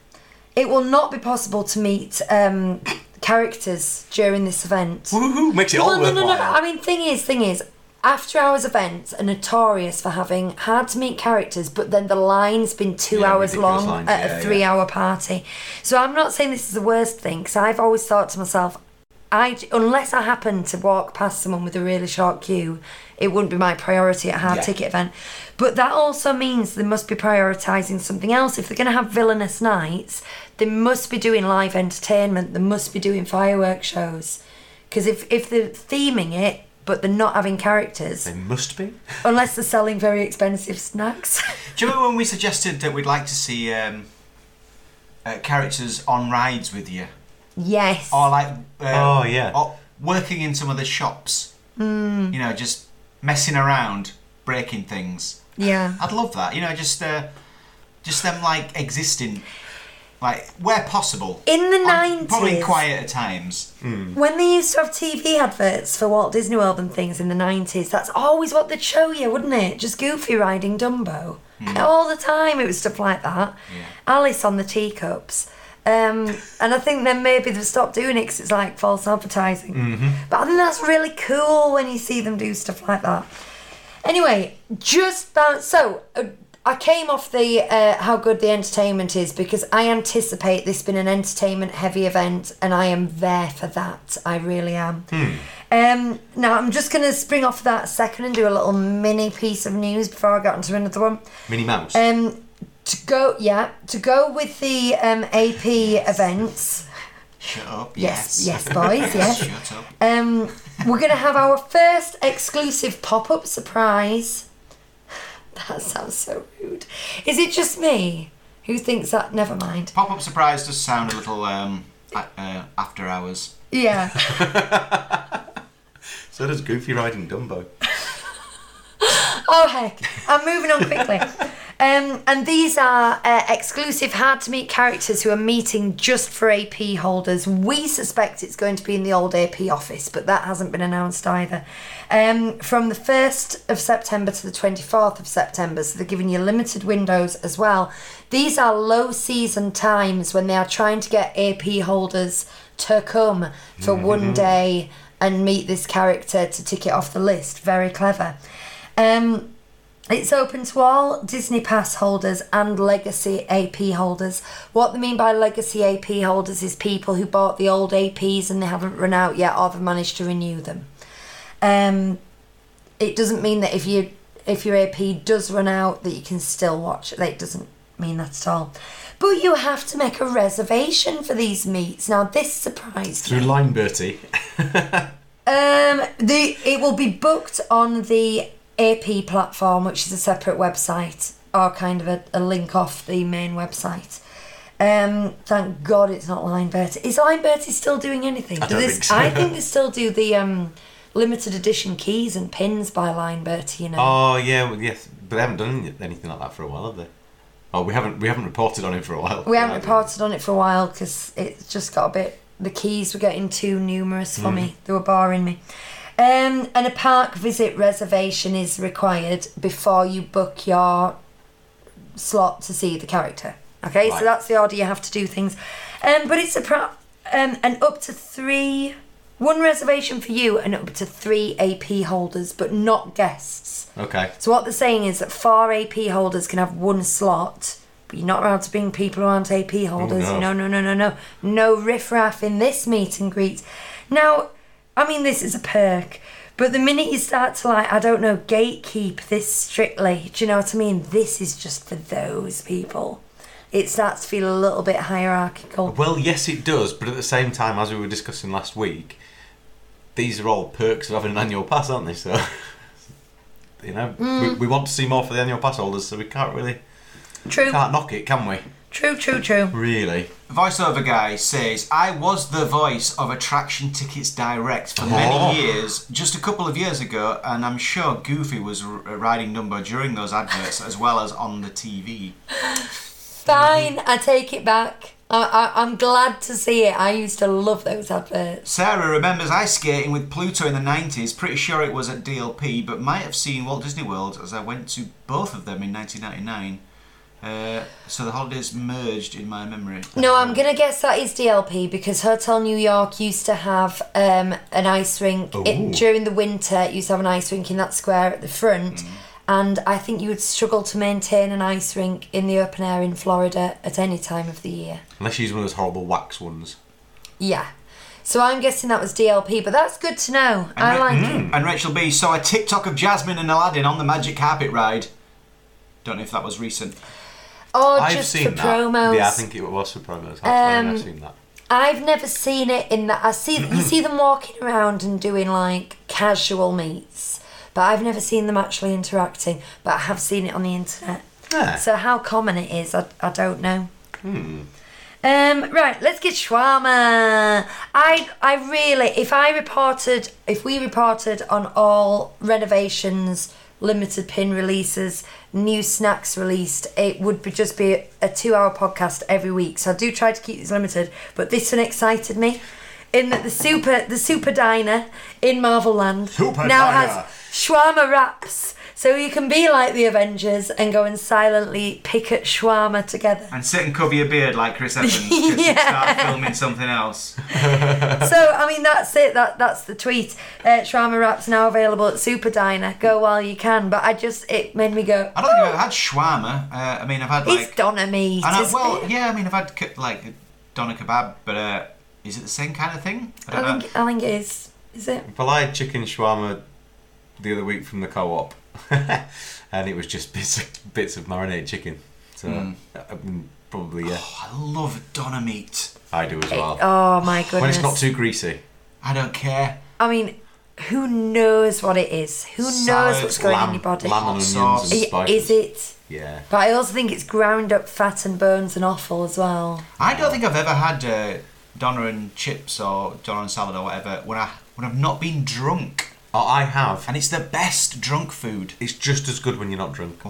[SPEAKER 3] It will not be possible to meet um, characters during this event.
[SPEAKER 2] Woohoo! Makes it all
[SPEAKER 3] Well, no, no,
[SPEAKER 2] worthwhile.
[SPEAKER 3] no. I mean, thing is, thing is, after hours events are notorious for having hard to meet characters, but then the line's been two
[SPEAKER 2] Yeah,
[SPEAKER 3] hours
[SPEAKER 2] ridiculous
[SPEAKER 3] long
[SPEAKER 2] lines,
[SPEAKER 3] at
[SPEAKER 2] yeah,
[SPEAKER 3] a
[SPEAKER 2] yeah.
[SPEAKER 3] three-hour party. So I'm not saying this is the worst thing because I've always thought to myself, I unless I happen to walk past someone with a really short queue, it wouldn't be my priority at a hard
[SPEAKER 2] Yeah.
[SPEAKER 3] ticket event. But that also means they must be prioritising something else. If they're going to have villainous nights, they must be doing live entertainment. They must be doing firework shows. Because if, if they're theming it, but they're not having characters,
[SPEAKER 2] They must be.
[SPEAKER 3] unless they're selling very expensive snacks.
[SPEAKER 4] Do you remember when we suggested that we'd like to see um, uh, characters on rides with you,
[SPEAKER 3] yes.
[SPEAKER 4] or like uh,
[SPEAKER 2] Oh, yeah.
[SPEAKER 4] or working in some of the shops? Mm. You know, just messing around, breaking things.
[SPEAKER 3] Yeah.
[SPEAKER 4] I'd love that. You know, just uh, just them like existing, like where possible.
[SPEAKER 3] In the
[SPEAKER 4] On- probably
[SPEAKER 3] 90s.
[SPEAKER 4] quieter times.
[SPEAKER 3] When they used to have TV adverts for Walt Disney World and things in the 90s, that's always what they'd show you, wouldn't it? Just Goofy riding Dumbo. All the time it was stuff like that. Alice on the teacups. Um, and I think then maybe they've stopped doing it because it's like false advertising. But I think that's really cool when you see them do stuff like that. Anyway, just that. So uh, I came off the uh, how good the entertainment is because I anticipate this being an entertainment heavy event, and I am there for that. I really am. Um, now I'm just going to spring off that second and do a little mini piece of news before I get onto another one.
[SPEAKER 2] Minnie Mouse.
[SPEAKER 3] Um, to go, yeah, to go with the um, AP events.
[SPEAKER 4] Shut up.
[SPEAKER 3] Yes,
[SPEAKER 4] Yes.
[SPEAKER 3] yes, boys, yes.
[SPEAKER 4] Shut up.
[SPEAKER 3] Um, we're going to have our first exclusive pop up surprise. That sounds so rude. Is it just me who thinks that? Never mind.
[SPEAKER 4] Pop up surprise does sound a little um, a- uh, after hours.
[SPEAKER 3] Yeah.
[SPEAKER 2] so does Goofy riding Dumbo.
[SPEAKER 3] Oh heck! I'm moving on quickly. Um, and these are uh, exclusive, hard to meet characters who are meeting just for AP holders. We suspect it's going to be in the old AP office, but that hasn't been announced either. Um, from the 1st of September to the 24th of September, so they're giving you limited windows as well. These are low season times when they are trying to get AP holders to come for one day and meet this character to tick it off the list. Very clever. Um, it's open to all Disney Pass holders and legacy AP holders. What they mean by legacy AP holders is people who bought the old APs and they haven't run out yet or they've managed to renew them. Um, it doesn't mean that if you if your AP does run out that you can still watch it. It doesn't mean that at all. But you have to make a reservation for these meets. Now this surprised
[SPEAKER 2] Through Line Bertie.
[SPEAKER 3] um, the it will be booked on the AP platform, which is a separate website or kind of a, a link off the main website. Um, thank God it's not Line Bertie. Is Line Bertie still doing anything?
[SPEAKER 2] I
[SPEAKER 3] Do
[SPEAKER 2] don't
[SPEAKER 3] they-
[SPEAKER 2] think so.
[SPEAKER 3] I think they still do the um, limited edition keys and pins by Line Bertie. You know.
[SPEAKER 2] Oh yeah, well, yes, but they haven't done any- anything like that for a while, have they? Oh, we haven't we haven't reported on it for a while.
[SPEAKER 3] We haven't
[SPEAKER 2] Yeah,
[SPEAKER 3] reported on it for a while because it's just got a bit. The keys were getting too numerous
[SPEAKER 2] Hmm.
[SPEAKER 3] for me. They were boring me. Um, and a park visit reservation is required before you book your slot to see the character. Okay,
[SPEAKER 2] Right.
[SPEAKER 3] so that's the order you have to do things. Um, but it's a pro- um, and up to three one reservation for you and up to three AP holders, but not guests.
[SPEAKER 2] Okay.
[SPEAKER 3] So what they're saying is that far AP holders can have one slot, but you're not allowed to bring people who aren't AP holders.
[SPEAKER 2] no.
[SPEAKER 3] no. no, no, no, no, no. No riffraff in this meet and greet. Now, I mean, this is a perk. But the minute you start to like, I don't know, gatekeep this strictly, do you know what I mean? This is just for those people. It starts to feel a little bit hierarchical.
[SPEAKER 2] Well, yes, it does, but at the same time, as we were discussing last week, these are all perks of having an annual pass, aren't they? So, you know,
[SPEAKER 3] Mm.
[SPEAKER 2] we, we want to see more for the annual pass holders, so we can't really
[SPEAKER 3] True,
[SPEAKER 2] can't knock it, can we?
[SPEAKER 3] true, true, true.
[SPEAKER 2] Really?
[SPEAKER 4] Voiceover guy says, I was the voice of Attraction Tickets Direct for
[SPEAKER 2] Oh.
[SPEAKER 4] many years, just a couple of years ago, and I'm sure Goofy was r- uh, riding number during those adverts as well as on the TV.
[SPEAKER 3] Fine, I take it back. I, I, I'm glad to see it. I used to love those adverts.
[SPEAKER 4] Sarah remembers ice skating with Pluto in the 90s, pretty sure it was at DLP, but might have seen Walt Disney World as I went to both of them in 1999. Uh, so the holidays merged in my memory.
[SPEAKER 3] No, I'm gonna guess that is DLP because Hotel New York used to have um, an ice rink
[SPEAKER 2] Ooh.
[SPEAKER 3] it, during the winter. It used to have an ice rink in that square at the front,
[SPEAKER 2] Mm.
[SPEAKER 3] and I think you would struggle to maintain an ice rink in the open air in Florida at any time of the year.
[SPEAKER 2] Unless you use one of those horrible wax ones.
[SPEAKER 3] Yeah, so I'm guessing that was DLP, but that's good to know. I like
[SPEAKER 2] Mm.
[SPEAKER 3] it.
[SPEAKER 4] Hmm. And Rachel B saw a TikTok of Jasmine and Aladdin on the magic carpet ride. Don't know if that was recent.
[SPEAKER 3] Or
[SPEAKER 2] I've
[SPEAKER 3] just
[SPEAKER 2] seen
[SPEAKER 3] for
[SPEAKER 2] that.
[SPEAKER 3] promos. Um,
[SPEAKER 2] Yeah, I think it was for promos. That's fine, I've seen that.
[SPEAKER 3] I've never seen it in that. I see you see them walking around and doing like casual meets, but I've never seen them actually interacting. But I have seen it on the internet.
[SPEAKER 2] Yeah.
[SPEAKER 3] So how common it is, I, I don't know. Um, right, let's get shawarma. I I really, if I reported, if we reported on all renovations, limited pin releases, new snacks released, it would be just be a, two-hour podcast every week. So I do try to keep these limited, but this one excited me. In that the super the super diner in Marvel Land
[SPEAKER 2] Super
[SPEAKER 3] now
[SPEAKER 2] diner.
[SPEAKER 3] has shawarma wraps. So you can be like the Avengers and go and silently pick at shawarma together.
[SPEAKER 4] And sit and cover your beard like Chris Evans because yeah. start filming something else.
[SPEAKER 3] so I mean that's it. That that's the tweet. Uh, shawarma wraps now available at Super Diner. Go while you can. But I just it made me go. "Oh,
[SPEAKER 4] I don't think I've ever had shawarma. Uh, I mean, I've had
[SPEAKER 3] It's
[SPEAKER 4] like.
[SPEAKER 3] Donna meat.
[SPEAKER 4] and I-
[SPEAKER 3] isn't
[SPEAKER 4] well,
[SPEAKER 3] it?
[SPEAKER 4] yeah, I mean, I've had ke- like doner kebab, but uh, is it the same kind of thing? I don't
[SPEAKER 3] I
[SPEAKER 4] know.
[SPEAKER 3] think I think it is. Is it?
[SPEAKER 2] Well, I had chicken shawarma the other week from the co-op, and it was just bits of, bits of marinated chicken. So I mean, probably yeah,
[SPEAKER 4] Oh, I love doner meat.
[SPEAKER 2] I do as well.
[SPEAKER 3] Oh my goodness.
[SPEAKER 2] when it's not too greasy,
[SPEAKER 4] I don't care.
[SPEAKER 3] I mean, who knows what it is? Who knows
[SPEAKER 4] Salad,
[SPEAKER 3] what's going in
[SPEAKER 2] lamb,
[SPEAKER 3] your body?
[SPEAKER 2] lamb and onions
[SPEAKER 4] sauce.
[SPEAKER 2] and
[SPEAKER 3] Y-
[SPEAKER 2] spices.
[SPEAKER 3] Is it?
[SPEAKER 2] Yeah.
[SPEAKER 3] But I also think it's ground up fat and bones and offal as well.
[SPEAKER 4] I don't think I've ever had uh, doner and chips or doner and salad or whatever when I when I've not been drunk.
[SPEAKER 2] Oh, I have.
[SPEAKER 4] And it's the best drunk food.
[SPEAKER 2] It's just as good when you're not drunk.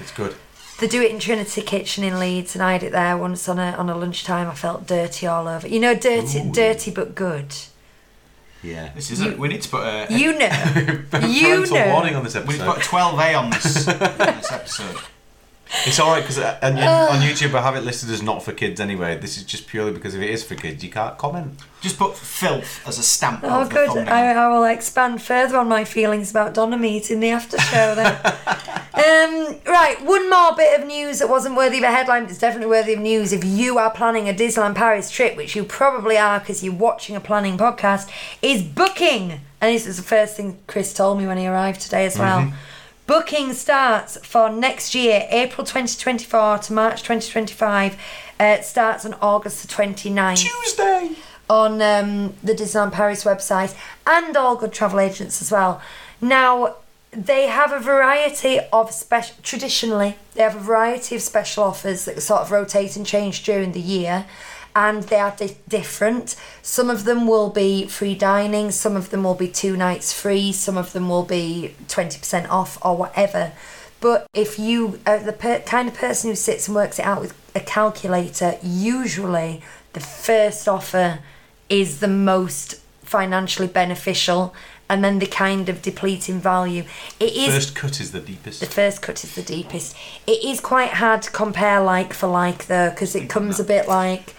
[SPEAKER 2] It's good.
[SPEAKER 3] They do it in Trinity Kitchen in Leeds, and I had it there once on a on a lunchtime. I felt dirty all over. You know, dirty, dirty but good.
[SPEAKER 2] Yeah.
[SPEAKER 4] This is it. We need to put a, a-
[SPEAKER 3] You know, you
[SPEAKER 2] Parental warning
[SPEAKER 3] know.
[SPEAKER 2] on this
[SPEAKER 4] we need to put a
[SPEAKER 2] episode.
[SPEAKER 4] 12A on this, on this episode.
[SPEAKER 2] it's all right because on, you-
[SPEAKER 3] Oh.
[SPEAKER 2] on YouTube I have it listed as not for kids anyway. This is just purely because if it is for kids, you can't comment.
[SPEAKER 4] Just put filth as a stamp
[SPEAKER 3] Oh,
[SPEAKER 4] of the
[SPEAKER 3] good.
[SPEAKER 4] thumbnail.
[SPEAKER 3] I, I will expand further on my feelings about Donna Meat in the after show then. um, right, one more bit of news that wasn't worthy of a headline, but it's definitely worthy of news. If you are planning a Disneyland Paris trip, which you probably are because you're watching a planning podcast, is booking. And this is the first thing Chris told me when he arrived today as well. Booking starts for next year, April 2024 to March 2025. Uh, starts on August the 29th
[SPEAKER 2] Tuesday.
[SPEAKER 3] on um, the Disneyland Paris website and all good travel agents as well. Now, they have a variety of special, traditionally, they have a variety of special offers that sort of rotate and change during the year. And they are di- different. Some of them will be free dining, some of them will be two nights free, some of them will be 20% off or whatever. But if you are the per- kind of person who sits and works it out with a calculator, usually the first offer is the most financially beneficial and then the kind of depleting value. It is
[SPEAKER 2] First cut is the deepest.
[SPEAKER 3] the first cut is the deepest. It is quite hard to compare like for like though, because it comes a bit like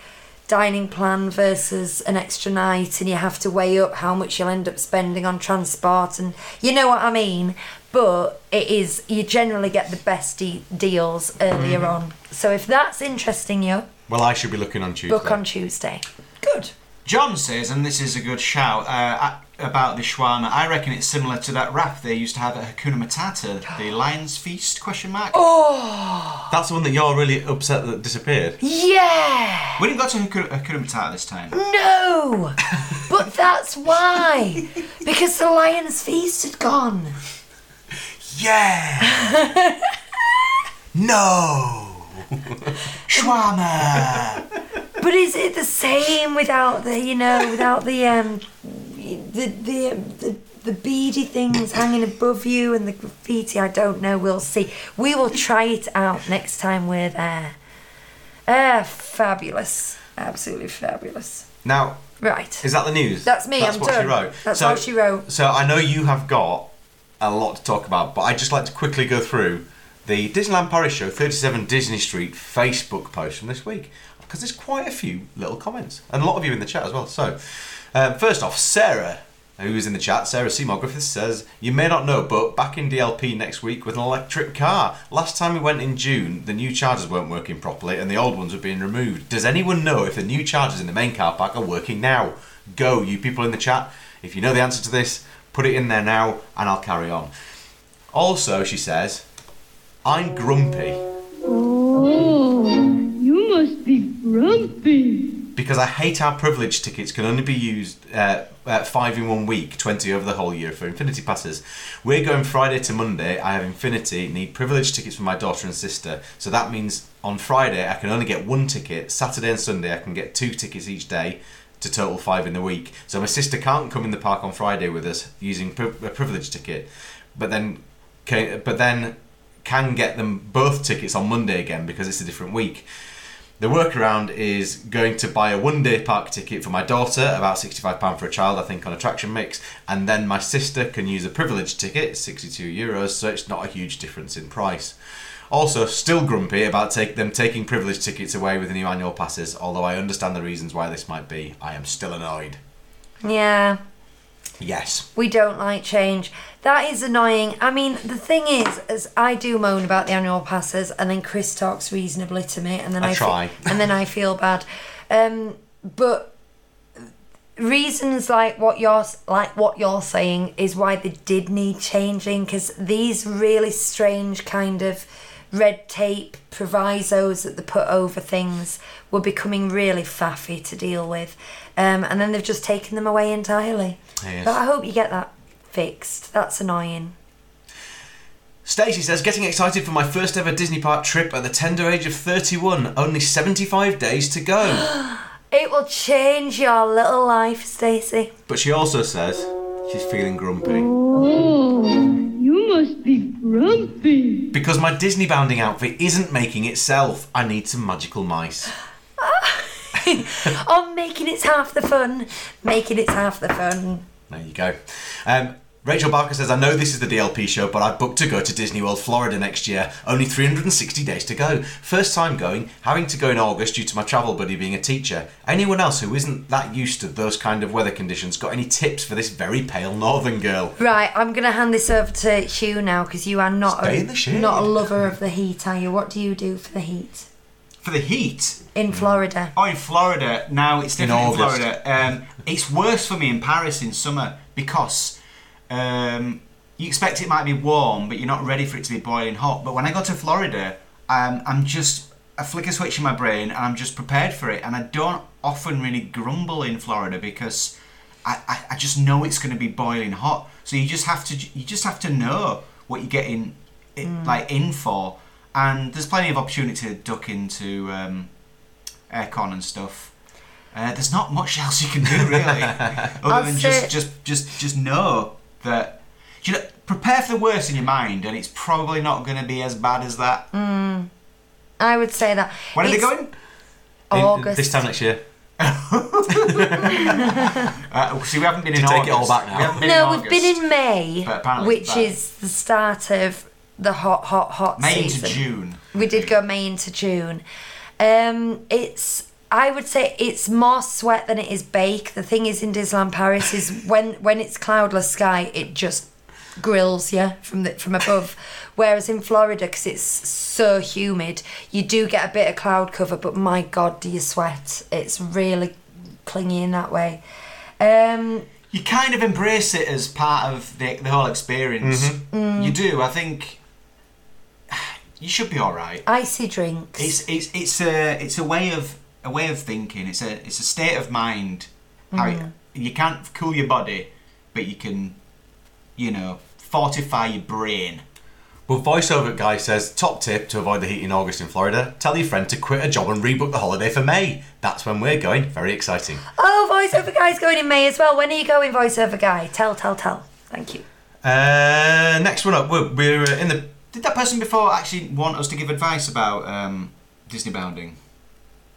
[SPEAKER 3] dining plan versus an extra night, and you have to weigh up how much you'll end up spending on transport, and you know what I mean. But it is you generally get the best de- deals earlier on. So if that's interesting you,
[SPEAKER 2] Well, I should be looking on Tuesday.
[SPEAKER 3] book on Tuesday. Good.
[SPEAKER 4] John says, and this is a good shout uh, a- about the shawarma. I reckon it's similar to that wrap they used to have at Hakuna Matata, the Lion's Feast? Question mark.
[SPEAKER 2] That's the one that you're really upset that disappeared.
[SPEAKER 3] Yeah.
[SPEAKER 4] We didn't go to Hakuna, Hakuna Matata this time.
[SPEAKER 3] No. but that's why, because the lion's feast had gone.
[SPEAKER 2] Yeah. no.
[SPEAKER 4] Shawarma.
[SPEAKER 3] But is it the same without the you know without the um the the um, the, the beady things hanging above you and the graffiti? I don't know. We'll see. We will try it out next time we're there. Ah, fabulous! Absolutely fabulous.
[SPEAKER 2] Now,
[SPEAKER 3] Right.
[SPEAKER 2] is that the news?
[SPEAKER 3] That's me,
[SPEAKER 2] That's
[SPEAKER 3] I'm
[SPEAKER 2] what
[SPEAKER 3] done.
[SPEAKER 2] she wrote.
[SPEAKER 3] That's
[SPEAKER 2] so,
[SPEAKER 3] how she wrote.
[SPEAKER 2] So I know you have got a lot to talk about, but I'd just like to quickly go through the Disneyland Paris show, 37 Disney Street Facebook post from this week because there's quite a few little comments and a lot of you in the chat as well. So, um, first off, Sarah. Who is in the chat? Sarah Seymour Griffiths says, You may not know, but back in DLP next week with an electric car. Last time we went in June, the new chargers weren't working properly and the old ones were being removed. Does anyone know if the new chargers in the main car park are working now? Go, you people in the chat. If you know the answer to this, put it in there now and I'll carry on. Also, she says, I'm grumpy
[SPEAKER 7] You must be grumpy.
[SPEAKER 2] because I hate our privilege tickets can only be used uh, uh, five in one week, 20 over the whole year for Infinity Passes. We're going Friday to Monday. I have Infinity, need privilege tickets for my daughter and sister. So that means on Friday I can only get one ticket. Saturday and Sunday I can get two tickets each day to total five in the week. So my sister can't come in the park on Friday with us using pri- a privilege ticket. But then, ca- but then can get them both tickets on Monday again because it's a different week. The workaround is going to buy a one day park ticket for my daughter, about £65 for a child, I think, on attraction mix, and then my sister can use a privilege ticket, €62, Euros, so it's not a huge difference in price. Also, still grumpy about take, them taking privilege tickets away with the new annual passes, although I understand the reasons why this might be. I am still annoyed.
[SPEAKER 3] Yeah.
[SPEAKER 2] Yes.
[SPEAKER 3] We don't like change. That is annoying. I mean, the thing is, as I do moan about the annual passes, and then Chris talks reasonably to me, and then
[SPEAKER 2] I
[SPEAKER 3] I, fe-
[SPEAKER 2] try.
[SPEAKER 3] and then I feel bad. Um, but reasons like what you're like what you're saying is why they did need changing because these really strange kind of red tape provisos that they put over things were becoming really faffy to deal with um, and then they've just taken them away entirely
[SPEAKER 2] Yes.
[SPEAKER 3] but i hope you get that fixed that's annoying
[SPEAKER 2] Stacey says, getting excited for my first ever Disney park trip at the tender age of 31. Only 75 days to go.
[SPEAKER 3] it will change your little life stacey
[SPEAKER 2] But she also says she's feeling grumpy
[SPEAKER 7] Oh, You must be grumpy.
[SPEAKER 2] because my Disney bounding outfit isn't making itself. I need some magical mice.
[SPEAKER 3] on making it's half the fun making it's half the fun
[SPEAKER 2] There you go. Um, Rachel Barker says, I know this is the DLP show, but I booked to go to Disney World, Florida next year. Only 360 days to go. First time going, having to go in August due to my travel buddy being a teacher. Anyone else who isn't that used to those kind of weather conditions got any tips for this very pale northern girl?
[SPEAKER 3] Right, I'm going to hand this over to Hugh now because you are not
[SPEAKER 2] Stay
[SPEAKER 3] a,
[SPEAKER 2] in the shade.
[SPEAKER 3] not a lover of the heat, are you? What do you do for the heat
[SPEAKER 4] For the heat.
[SPEAKER 3] in Florida?
[SPEAKER 4] Oh, in Florida. Now it's
[SPEAKER 2] In
[SPEAKER 4] different in,
[SPEAKER 2] August.
[SPEAKER 4] Florida. Um, it's worse for me in Paris in summer because um, you expect it might be warm, but you're not ready for it to be boiling hot. But when I go to Florida, um, I'm just I flick a switch in my brain and I'm just prepared for it. And I don't often really grumble in Florida because I, I, I just know it's going to be boiling hot. So you just have to you just have to know what you're getting i like in for. And there's plenty of opportunity to duck into um, aircon and stuff. Uh, there's not much else you can do really, other
[SPEAKER 3] I'll
[SPEAKER 4] than
[SPEAKER 3] say-
[SPEAKER 4] just, just just just know that you know prepare for the worst in your mind, and it's probably not going to be as bad as that.
[SPEAKER 3] I would say that.
[SPEAKER 4] when are they
[SPEAKER 3] Mm. It's
[SPEAKER 4] going?
[SPEAKER 2] In-
[SPEAKER 3] August.
[SPEAKER 2] this time next year.
[SPEAKER 4] Uh, see, we haven't been in.
[SPEAKER 2] you take it all
[SPEAKER 4] August.
[SPEAKER 2] back now?
[SPEAKER 4] We haven't been
[SPEAKER 3] No,
[SPEAKER 4] in
[SPEAKER 3] we've been
[SPEAKER 4] August.
[SPEAKER 3] in May,
[SPEAKER 4] But apparently it's
[SPEAKER 3] which
[SPEAKER 4] bad.
[SPEAKER 3] is the start of the hot, hot, hot
[SPEAKER 4] May
[SPEAKER 3] season.
[SPEAKER 4] to June.
[SPEAKER 3] We did go May into June. Um, it's I would say it's more sweat than it is bake. The thing is in Disneyland Paris is when when it's cloudless sky, it just grills you from the, from above. Whereas in Florida, because it's so humid, you do get a bit of cloud cover, but my god, do you sweat? It's really clingy in that way. Um,
[SPEAKER 4] you kind of embrace it as part of the, the whole experience.
[SPEAKER 2] Mm-hmm.
[SPEAKER 3] Mm.
[SPEAKER 4] You do. I think you should be all right.
[SPEAKER 3] icy drinks.
[SPEAKER 4] It's it's it's a it's a way of a way of thinking. It's a it's a state of mind. How
[SPEAKER 3] Mm.
[SPEAKER 4] it- you can't cool your body, but you can, you know, fortify your brain.
[SPEAKER 2] Well, voiceover guy says top tip to avoid the heat in August in Florida: tell your friend to quit a job and rebook the holiday for May. That's when we're going. Very exciting.
[SPEAKER 3] oh, voiceover guy's going in May as well. When are you going, voiceover guy? Tell, tell, tell. Thank you.
[SPEAKER 2] Uh, next one up, we're, we're uh, in the.
[SPEAKER 4] Did that person before actually want us to give advice about um, Disney bounding?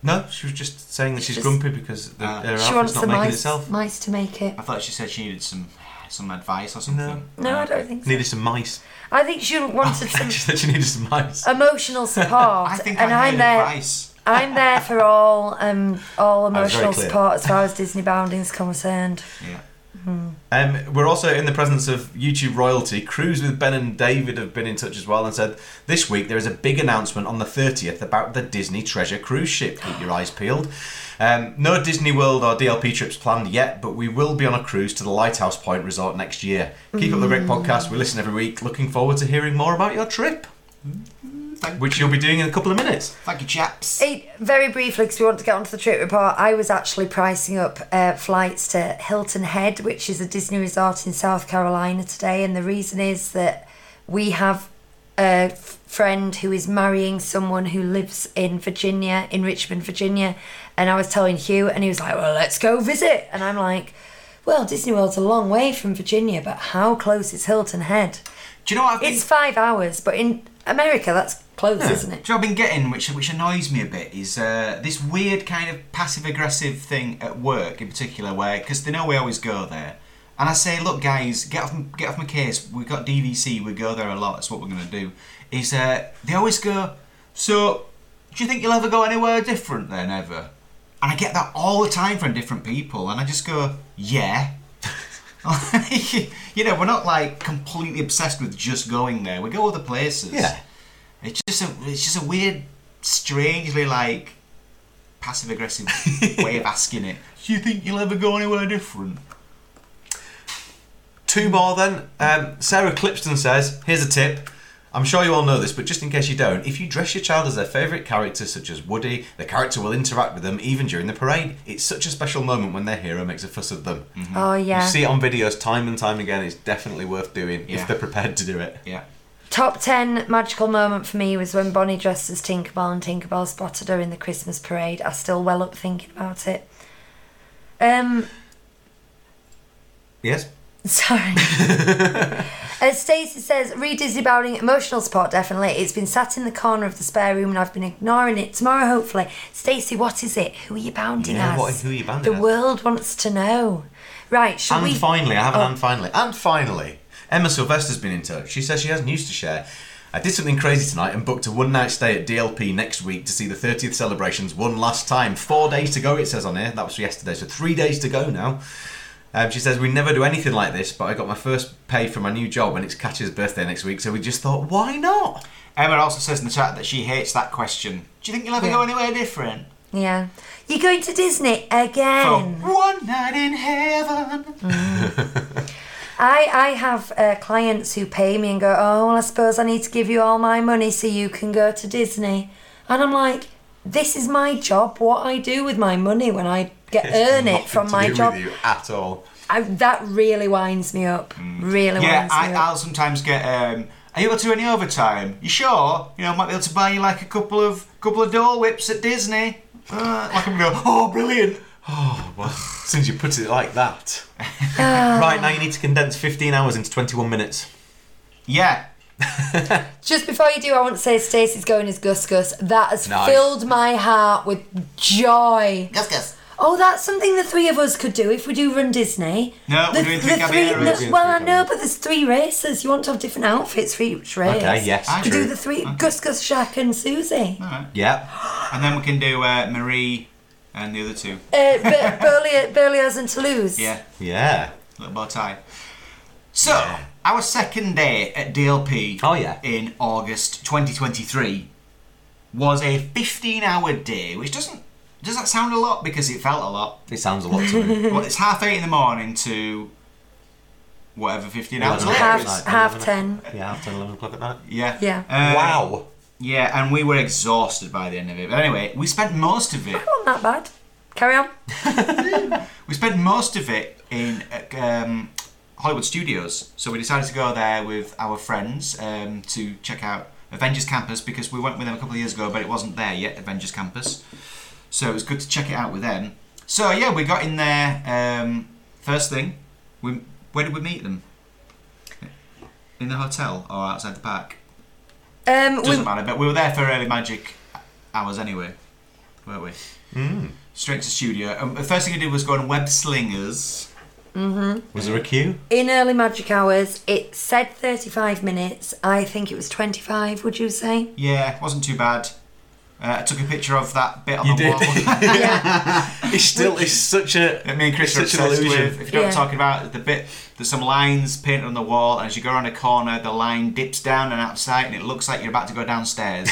[SPEAKER 2] No, she was just saying that she's
[SPEAKER 3] Just-
[SPEAKER 2] grumpy because the,
[SPEAKER 4] Ah.
[SPEAKER 2] her
[SPEAKER 3] she
[SPEAKER 2] outfit's
[SPEAKER 3] wants
[SPEAKER 2] not
[SPEAKER 3] the
[SPEAKER 2] making
[SPEAKER 3] mice,
[SPEAKER 2] itself.
[SPEAKER 3] mice to make it.
[SPEAKER 4] I thought she said she needed some some advice or something.
[SPEAKER 3] No, I don't think so.
[SPEAKER 2] Needed some mice.
[SPEAKER 3] I think she wanted
[SPEAKER 2] she
[SPEAKER 3] some
[SPEAKER 2] said she needed some mice.
[SPEAKER 3] emotional support,
[SPEAKER 4] I think
[SPEAKER 3] and
[SPEAKER 4] I
[SPEAKER 3] I'm
[SPEAKER 4] need
[SPEAKER 3] there.
[SPEAKER 4] advice.
[SPEAKER 3] I'm there for all um all emotional
[SPEAKER 2] clear.
[SPEAKER 3] support as far as Disney bounding's concerned.
[SPEAKER 4] Yeah.
[SPEAKER 2] Um, we're also in the presence of YouTube royalty. Cruise with Ben and David have been in touch as well and said this week there is a big announcement on the 30th about the Disney Treasure cruise ship. Keep your eyes peeled. Um, no Disney World or DLP trips planned yet, but we will be on a cruise to the Lighthouse Point Resort next year. Keep up the great podcast. We listen every week. Looking forward to hearing more about your trip,
[SPEAKER 4] Thank,
[SPEAKER 2] which you'll be doing in a couple of minutes.
[SPEAKER 4] thank you, chaps.
[SPEAKER 3] It, very briefly, because we want to get onto the trip report, I was actually pricing up uh, flights to Hilton Head, which is a Disney resort in South Carolina today. And the reason is that we have a f- friend who is marrying someone who lives in Virginia, in Richmond, Virginia. And I was telling Hugh, and he was like, Well, let's go visit. And I'm like, Well, Disney World's a long way from Virginia, but how close is Hilton Head?
[SPEAKER 4] Do you know what I've been,
[SPEAKER 3] It's five hours, but in America, that's close, isn't it?
[SPEAKER 4] do you know what I've been getting, which which annoys me a bit, is uh, this weird kind of passive aggressive thing at work, in particular, where because they know we always go there, and I say, look, guys, get off m- get off my case. We've got DVC. We go there a lot. That's what we're gonna do. Is uh, they always go. So, do you think you'll ever go anywhere different then ever? And I get that all the time from different people, and I just go, yeah. you know, we're not like completely obsessed with just going there. We go other places.
[SPEAKER 2] Yeah.
[SPEAKER 4] It's just a it's just a weird, strangely like passive aggressive way of asking it. Do you think you'll ever go anywhere different?
[SPEAKER 2] Two more then. Um, Sarah Clipston says, here's a tip. I'm sure you all know this, but just in case you don't, if you dress your child as their favourite character, such as Woody, the character will interact with them even during the parade. It's such a special moment when their hero makes a fuss of them.
[SPEAKER 3] Oh, yeah.
[SPEAKER 2] You see it on videos time and time again. It's definitely worth doing
[SPEAKER 4] Yeah.
[SPEAKER 2] if they're prepared to do it.
[SPEAKER 4] Yeah.
[SPEAKER 3] Top 10 magical moment for me was when Bonnie dressed as Tinkerbell and Tinkerbell spotted her in the Christmas parade. I still well up thinking about it. Um,
[SPEAKER 2] Yes?
[SPEAKER 3] sorry. As Stacey says, read Disney Bowling, emotional support, definitely. It's been sat in the corner of the spare room and I've been ignoring it. Tomorrow, hopefully. Stacey, what is it? Who are you bounding
[SPEAKER 2] Yeah,
[SPEAKER 3] as?
[SPEAKER 2] what- who are you bounding
[SPEAKER 3] The
[SPEAKER 2] as?
[SPEAKER 3] world wants to know. Right, shall
[SPEAKER 2] and
[SPEAKER 3] we...
[SPEAKER 2] finally, I have an
[SPEAKER 3] Oh.
[SPEAKER 2] and finally. And finally, Emma Sylvester's been in touch. She says she has news to share. I did something crazy tonight and booked a one night stay at DLP next week to see the 30th celebrations one last time. Four days to go, it says on here. That was yesterday, so three days to go now. Um, she says, We never do anything like this, but I got my first pay for my new job and it's Katya's birthday next week, so we just thought, why not?
[SPEAKER 4] Emma also says in the chat that she hates that question. Do you think you'll ever go anywhere different?
[SPEAKER 3] Yeah. You're going to Disney again.
[SPEAKER 4] Oh, one night in heaven.
[SPEAKER 3] I, I have uh, clients who pay me and go, oh, well, I suppose I need to give you all my money so you can go to Disney. And I'm like, this is my job, what I do with my money when I get earn
[SPEAKER 2] Nothing
[SPEAKER 3] it from
[SPEAKER 2] to
[SPEAKER 3] my
[SPEAKER 2] do
[SPEAKER 3] job.
[SPEAKER 2] With you at all.
[SPEAKER 3] I, that really winds me up.
[SPEAKER 2] Mm.
[SPEAKER 3] Really
[SPEAKER 4] Yeah,
[SPEAKER 3] winds
[SPEAKER 4] I,
[SPEAKER 3] me up.
[SPEAKER 4] I'll sometimes get. Um, are you able to do any overtime? You sure? You know, I might be able to buy you like a couple of couple of Dole Whips at Disney. Uh, like I'm going, oh, brilliant.
[SPEAKER 2] Oh, well, as soon as you put it like that.
[SPEAKER 3] Ah.
[SPEAKER 2] right, now you need to condense 15 hours into 21 minutes.
[SPEAKER 4] Yeah.
[SPEAKER 3] Just before you do, I want to say Stacey's going as Gus Gus. That has
[SPEAKER 2] Nice.
[SPEAKER 3] filled my heart with joy.
[SPEAKER 4] Gus, gus.
[SPEAKER 3] Oh, that's something the three of us could do if we do run Disney.
[SPEAKER 4] No,
[SPEAKER 3] The-
[SPEAKER 4] we're doing
[SPEAKER 3] the
[SPEAKER 4] three Gabriella
[SPEAKER 3] no,
[SPEAKER 4] races.
[SPEAKER 3] Well, I know, but there's three races. You want to have different outfits for each race.
[SPEAKER 2] Okay, yes,
[SPEAKER 4] I
[SPEAKER 3] We
[SPEAKER 2] true.
[SPEAKER 3] do the three Gus Gus Shaq and Susie.
[SPEAKER 4] All right.
[SPEAKER 2] Yeah.
[SPEAKER 4] And then we can do uh, Marie, and the other two,
[SPEAKER 3] Uh, Ber- Berlioz, Berlioz and Toulouse.
[SPEAKER 4] yeah,
[SPEAKER 2] Yeah.
[SPEAKER 4] little bow tie. So our second day at DLP.
[SPEAKER 2] Oh, yeah.
[SPEAKER 4] In August 2023, was a 15-hour day, which doesn't does that sound a lot? Because it felt a lot.
[SPEAKER 2] It sounds a lot to me.
[SPEAKER 4] well, it's half eight in the morning to whatever 15 hours
[SPEAKER 2] Eleven
[SPEAKER 4] later
[SPEAKER 2] o'clock
[SPEAKER 3] Half,
[SPEAKER 2] at
[SPEAKER 4] is.
[SPEAKER 2] night,
[SPEAKER 3] half
[SPEAKER 2] eleven
[SPEAKER 3] ten.
[SPEAKER 2] yeah, half 10, 11 o'clock at night. Um,
[SPEAKER 4] Yeah.
[SPEAKER 3] Yeah.
[SPEAKER 4] Uh,
[SPEAKER 2] wow.
[SPEAKER 4] Yeah, and we were exhausted by the end of it. But anyway, we spent most of it.
[SPEAKER 3] Not that bad. Carry on.
[SPEAKER 4] We spent most of it in uh, um, Hollywood Studios. So we decided to go there with our friends um, to check out Avengers Campus because we went with them a couple of years ago, but it wasn't there yet, Avengers Campus. So it was good to check it out with them. So yeah, we got in there um, first thing. We, where did we meet them? In the hotel or outside the park?
[SPEAKER 3] Um, we,
[SPEAKER 4] Doesn't matter, but we were there for early magic hours anyway, weren't we? Mm.
[SPEAKER 2] Hmm.
[SPEAKER 4] Straight to studio. Um, the first thing we did was go on Web Slingers.
[SPEAKER 2] Was there a queue?
[SPEAKER 3] in early magic hours, it said 35 minutes. I think it was 25, would you say?
[SPEAKER 4] Yeah, wasn't too bad. Uh, I took a picture of that bit on
[SPEAKER 2] You
[SPEAKER 4] the
[SPEAKER 2] did.
[SPEAKER 4] wall
[SPEAKER 3] Yeah.
[SPEAKER 2] It's still, it's such a.
[SPEAKER 4] that me and Chris are
[SPEAKER 2] It's such an
[SPEAKER 4] obsessed
[SPEAKER 2] illusion.
[SPEAKER 4] with. If you know what I'm
[SPEAKER 3] Yeah.
[SPEAKER 4] talking about, the bit there's some lines painted on the wall, and as you go around a corner, the line dips down and outside, and it looks like you're about to go downstairs,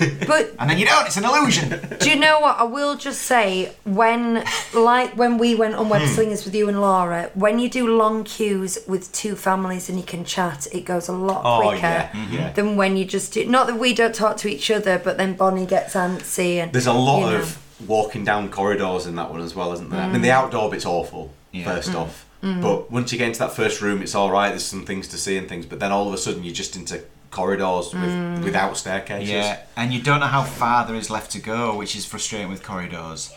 [SPEAKER 3] but
[SPEAKER 4] and then you don't. It's an illusion.
[SPEAKER 3] do you know what? I will just say when, like, when we went
[SPEAKER 2] Hmm.
[SPEAKER 3] on Web Slingers with you and Laura, when you do long queues with two families and you can chat, it goes a lot
[SPEAKER 2] Oh,
[SPEAKER 3] quicker
[SPEAKER 2] yeah, yeah.
[SPEAKER 3] than when you just do. Not that we don't talk to each other, but then Bonnie gets antsy and
[SPEAKER 2] There's a lot
[SPEAKER 3] you know. Mm.
[SPEAKER 2] of walking down corridors in that one as well, isn't there? I mean, the outdoor bit's awful,
[SPEAKER 4] Yeah.
[SPEAKER 2] first off. But once you get into that first room, it's all right. There's some things to see and things, but then all of a sudden you're just into corridors with,
[SPEAKER 3] Mm.
[SPEAKER 2] without staircases.
[SPEAKER 4] yeah, and you don't know how far there is left to go, which is frustrating with corridors.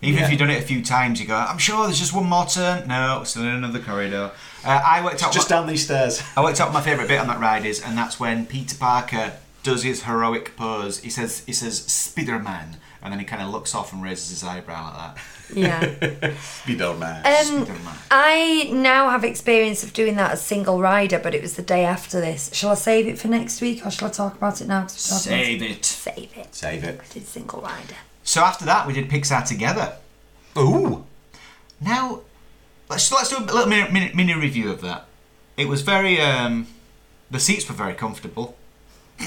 [SPEAKER 4] Even
[SPEAKER 2] Yeah.
[SPEAKER 4] if you've done it a few times, you go, I'm sure there's just one more turn. No, still in another corridor. Uh, I worked out.
[SPEAKER 2] Just
[SPEAKER 4] my,
[SPEAKER 2] down these stairs.
[SPEAKER 4] I worked out my favourite bit on that ride is, and that's when Peter Parker does his heroic pose. He says, he says, Spider-Man, and then he kind of looks off and raises his eyebrow like that.
[SPEAKER 3] yeah.
[SPEAKER 2] Be done, man.
[SPEAKER 3] Um,
[SPEAKER 4] Spider-Man.
[SPEAKER 3] I now have experience of doing that as single rider, but it was the day after this. Shall I save it for next week, or shall I talk about it now? 'Cause we're talking about-
[SPEAKER 4] Save it.
[SPEAKER 3] Save it.
[SPEAKER 2] Save it.
[SPEAKER 3] I did single rider.
[SPEAKER 4] So after that, we did Pixar together.
[SPEAKER 2] Ooh.
[SPEAKER 4] Now, let's let's do a little mini, mini, mini review of that. It was very. Um, the seats were very comfortable.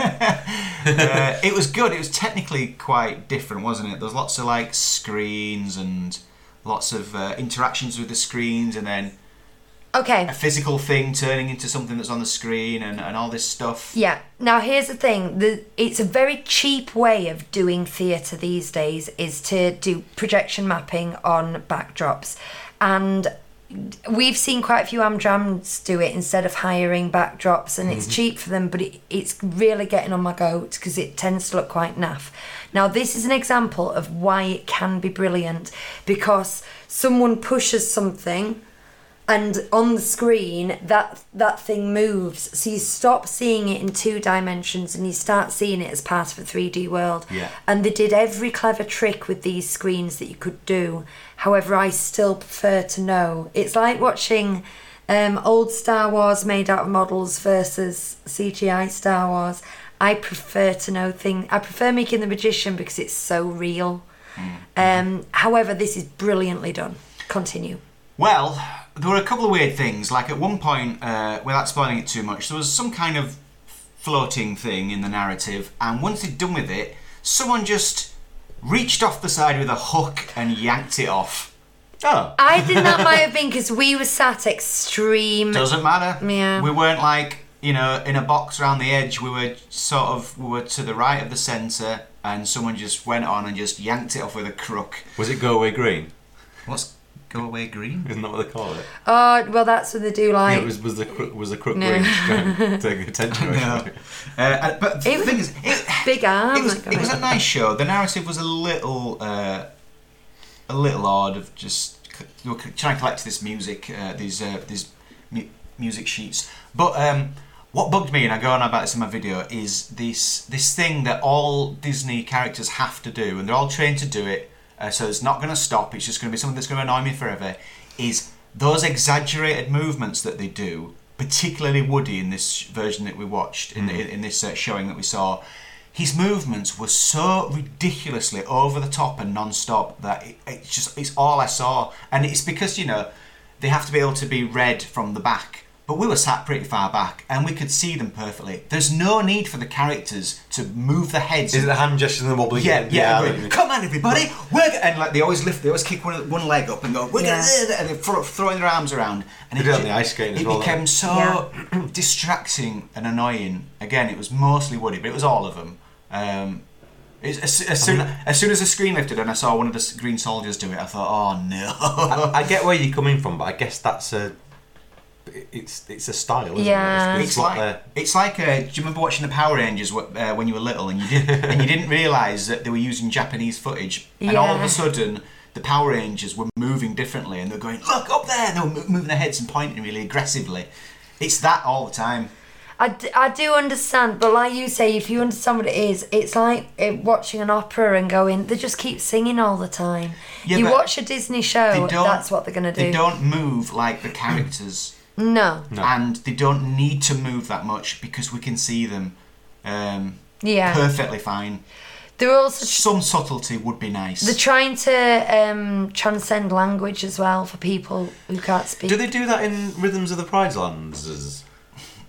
[SPEAKER 4] uh, it was good. It was technically quite different, wasn't it? There was lots of like screens and lots of uh, interactions with the screens, and then
[SPEAKER 3] Okay.
[SPEAKER 4] a physical thing turning into something that's on the screen, and, and all this stuff.
[SPEAKER 3] Yeah. Now here's the thing: the, it's a very cheap way of doing theatre these days is to do projection mapping on backdrops, and we've seen quite a few Amdrams do it instead of hiring backdrops, and it's cheap for them, but it, it's really getting on my goat because it tends to look quite naff. Now this is an example of why it can be brilliant because someone pushes something and on the screen that that thing moves so you stop seeing it in two dimensions and you start seeing it as part of a 3d world
[SPEAKER 4] Yeah.
[SPEAKER 3] and they did every clever trick with these screens that you could do however i still prefer to know it's like watching um, old star wars made out of models versus cgi star wars i prefer to know things i prefer making the magician because it's so real um, however this is brilliantly done continue
[SPEAKER 4] Well, there were a couple of weird things. Like at one point, uh, without spoiling it too much, there was some kind of floating thing in the narrative, and once they'd done with it, someone just reached off the side with a hook and yanked it off.
[SPEAKER 2] Oh.
[SPEAKER 3] I think that might have been because we were sat extreme.
[SPEAKER 4] Doesn't matter.
[SPEAKER 3] Yeah.
[SPEAKER 4] We weren't like you know in a box around the edge. We were sort of we were to the right of the centre, and someone just went on and just yanked it off with a crook.
[SPEAKER 2] Was it Go Away Green?
[SPEAKER 4] What's go away green?
[SPEAKER 2] Isn't that what they call it?
[SPEAKER 3] Oh, well, that's what they do like.
[SPEAKER 2] it was, was the crook, was the crook
[SPEAKER 3] No.
[SPEAKER 2] green trying to take attention away
[SPEAKER 4] No.
[SPEAKER 2] from it?
[SPEAKER 4] Uh, but the
[SPEAKER 3] It was-
[SPEAKER 4] thing is, it,
[SPEAKER 3] Big arm.
[SPEAKER 4] it was,
[SPEAKER 3] like,
[SPEAKER 4] it was a nice show. The narrative was a little, uh, a little odd of just c- you know, c- trying to collect this music, uh, these uh, these mu- music sheets. But um, what bugged me, and I go on about this in my video, is this this thing that all Disney characters have to do, and they're all trained to do it. Uh, so it's not going to stop. It's just going to be something that's going to annoy me forever. Is those exaggerated movements that they do, particularly Woody in this version that we watched in the, in this uh, showing that we saw his movements were so ridiculously over the top and non-stop that it, it's just it's all I saw, and it's because you know they have to be able to be read from the back. But we were sat pretty far back, and we could see them perfectly. There's no need for the characters to move the heads.
[SPEAKER 2] Is it the hand gestures and the wobbly?
[SPEAKER 4] Yeah, yeah.
[SPEAKER 2] I
[SPEAKER 4] agree.
[SPEAKER 2] mean-
[SPEAKER 4] Come on, everybody. We're g-" and like they always lift, they always kick one, one leg up and go, we're
[SPEAKER 3] Yeah.
[SPEAKER 4] gonna, and they're thro- throwing their arms around. And
[SPEAKER 2] They do that on the ice skating as
[SPEAKER 4] It
[SPEAKER 2] well, don't
[SPEAKER 4] became so distracting and annoying. Again, it was mostly Woody, but it was all of them. Um, it's, as, as soon as soon as the screen lifted and I saw one of the s- green soldiers do it, I thought, oh no.
[SPEAKER 2] I get where you're coming from, but I guess that's a it's it's a style. Isn't
[SPEAKER 3] Yeah.
[SPEAKER 2] it?
[SPEAKER 4] It's
[SPEAKER 2] what
[SPEAKER 4] like
[SPEAKER 2] they're-
[SPEAKER 4] it's like uh, do you remember watching the Power Rangers wh- uh, when you were little and you did and you didn't realise that they were using Japanese footage and all of
[SPEAKER 3] Yeah.
[SPEAKER 4] a sudden the Power Rangers were moving differently and they were going look up there and they were mo- moving their heads and pointing really aggressively. It's that all the time.
[SPEAKER 3] I, d- I do understand, but like you say, if you understand what it is, it's like eh, watching an opera and going, they just keep singing all the time.
[SPEAKER 4] Yeah,
[SPEAKER 3] you
[SPEAKER 4] but
[SPEAKER 3] watch a Disney show, Oh, that's what they're going to do.
[SPEAKER 4] They don't move like the characters.
[SPEAKER 3] No.
[SPEAKER 4] and they don't need to move that much because we can see them um,
[SPEAKER 3] Yeah.
[SPEAKER 4] perfectly fine.
[SPEAKER 3] They're also
[SPEAKER 4] Some subtlety would be nice.
[SPEAKER 3] they're trying to um, transcend language as well for people who can't speak.
[SPEAKER 2] Do they do that in Rhythms of the Prize Lands?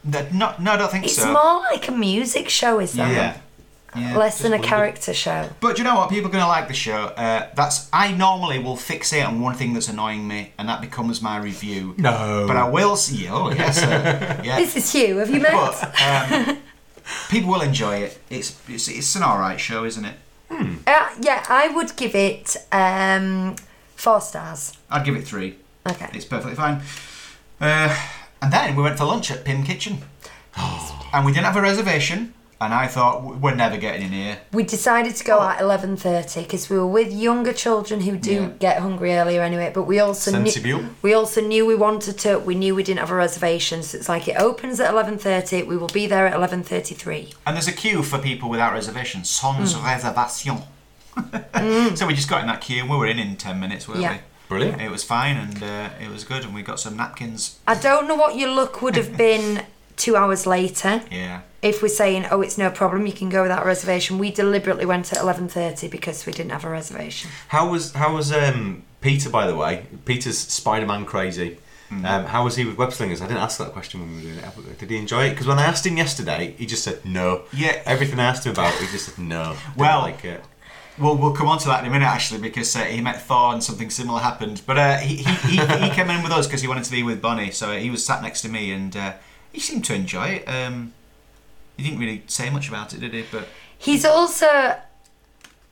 [SPEAKER 4] That- no, no, I don't think
[SPEAKER 3] it's
[SPEAKER 4] so.
[SPEAKER 3] more like a music show, is that?
[SPEAKER 4] yeah. Yeah.
[SPEAKER 3] Less than a character show.
[SPEAKER 4] But do you know what? People are going to like the show. Uh, that's I normally will fixate on one thing that's annoying me, and that becomes my review.
[SPEAKER 2] No.
[SPEAKER 4] But I will see. Oh, yes. uh, yeah.
[SPEAKER 3] This is you. Have you met?
[SPEAKER 4] But um, people will enjoy it. It's it's, it's an all right show, isn't it?
[SPEAKER 3] Uh, yeah, I would give it um, four stars.
[SPEAKER 4] I'd give it three.
[SPEAKER 3] Okay.
[SPEAKER 4] It's perfectly fine. Uh, and then we went for lunch at Pim Kitchen, and we didn't have a reservation. And I thought "W- we're never getting in here.
[SPEAKER 3] We decided to go
[SPEAKER 4] Oh.
[SPEAKER 3] at eleven thirty because we were with younger children who do
[SPEAKER 4] Yeah.
[SPEAKER 3] get hungry earlier anyway. But we also
[SPEAKER 2] Sensible.
[SPEAKER 3] knew we also knew we wanted to. We knew we didn't have a reservation, so it's like it opens at eleven thirty. We will be there at eleven thirty three.
[SPEAKER 4] And there's a queue for people without reservations, sans réservation. so we just got in that queue and we were in in 10 minutes, weren't
[SPEAKER 3] Yeah.
[SPEAKER 4] we?
[SPEAKER 2] Brilliant.
[SPEAKER 4] It was fine and uh, it was good, and we got some napkins.
[SPEAKER 3] I don't know what your look would have been two hours later.
[SPEAKER 4] Yeah.
[SPEAKER 3] If we're saying, "Oh, it's no problem, you can go without a reservation," we deliberately went at eleven thirty because we didn't have a reservation.
[SPEAKER 2] How was how was um, Peter by the way? Peter's Spider Man crazy. Um, how was he with web slingers? I didn't ask that question when we were doing it. Did he enjoy it? Because when I asked him yesterday, he just said no.
[SPEAKER 4] Yeah.
[SPEAKER 2] Everything I asked him about, he just said no. Didn't
[SPEAKER 4] Well-
[SPEAKER 2] like it.
[SPEAKER 4] Well, we'll come on to that in a minute, actually, because uh, he met Thor and something similar happened. But uh, he, he, he, he came in with us because he wanted to be with Bonnie, so he was sat next to me and uh, he seemed to enjoy it. Um, he didn't really say much about it, did he? But
[SPEAKER 3] He's also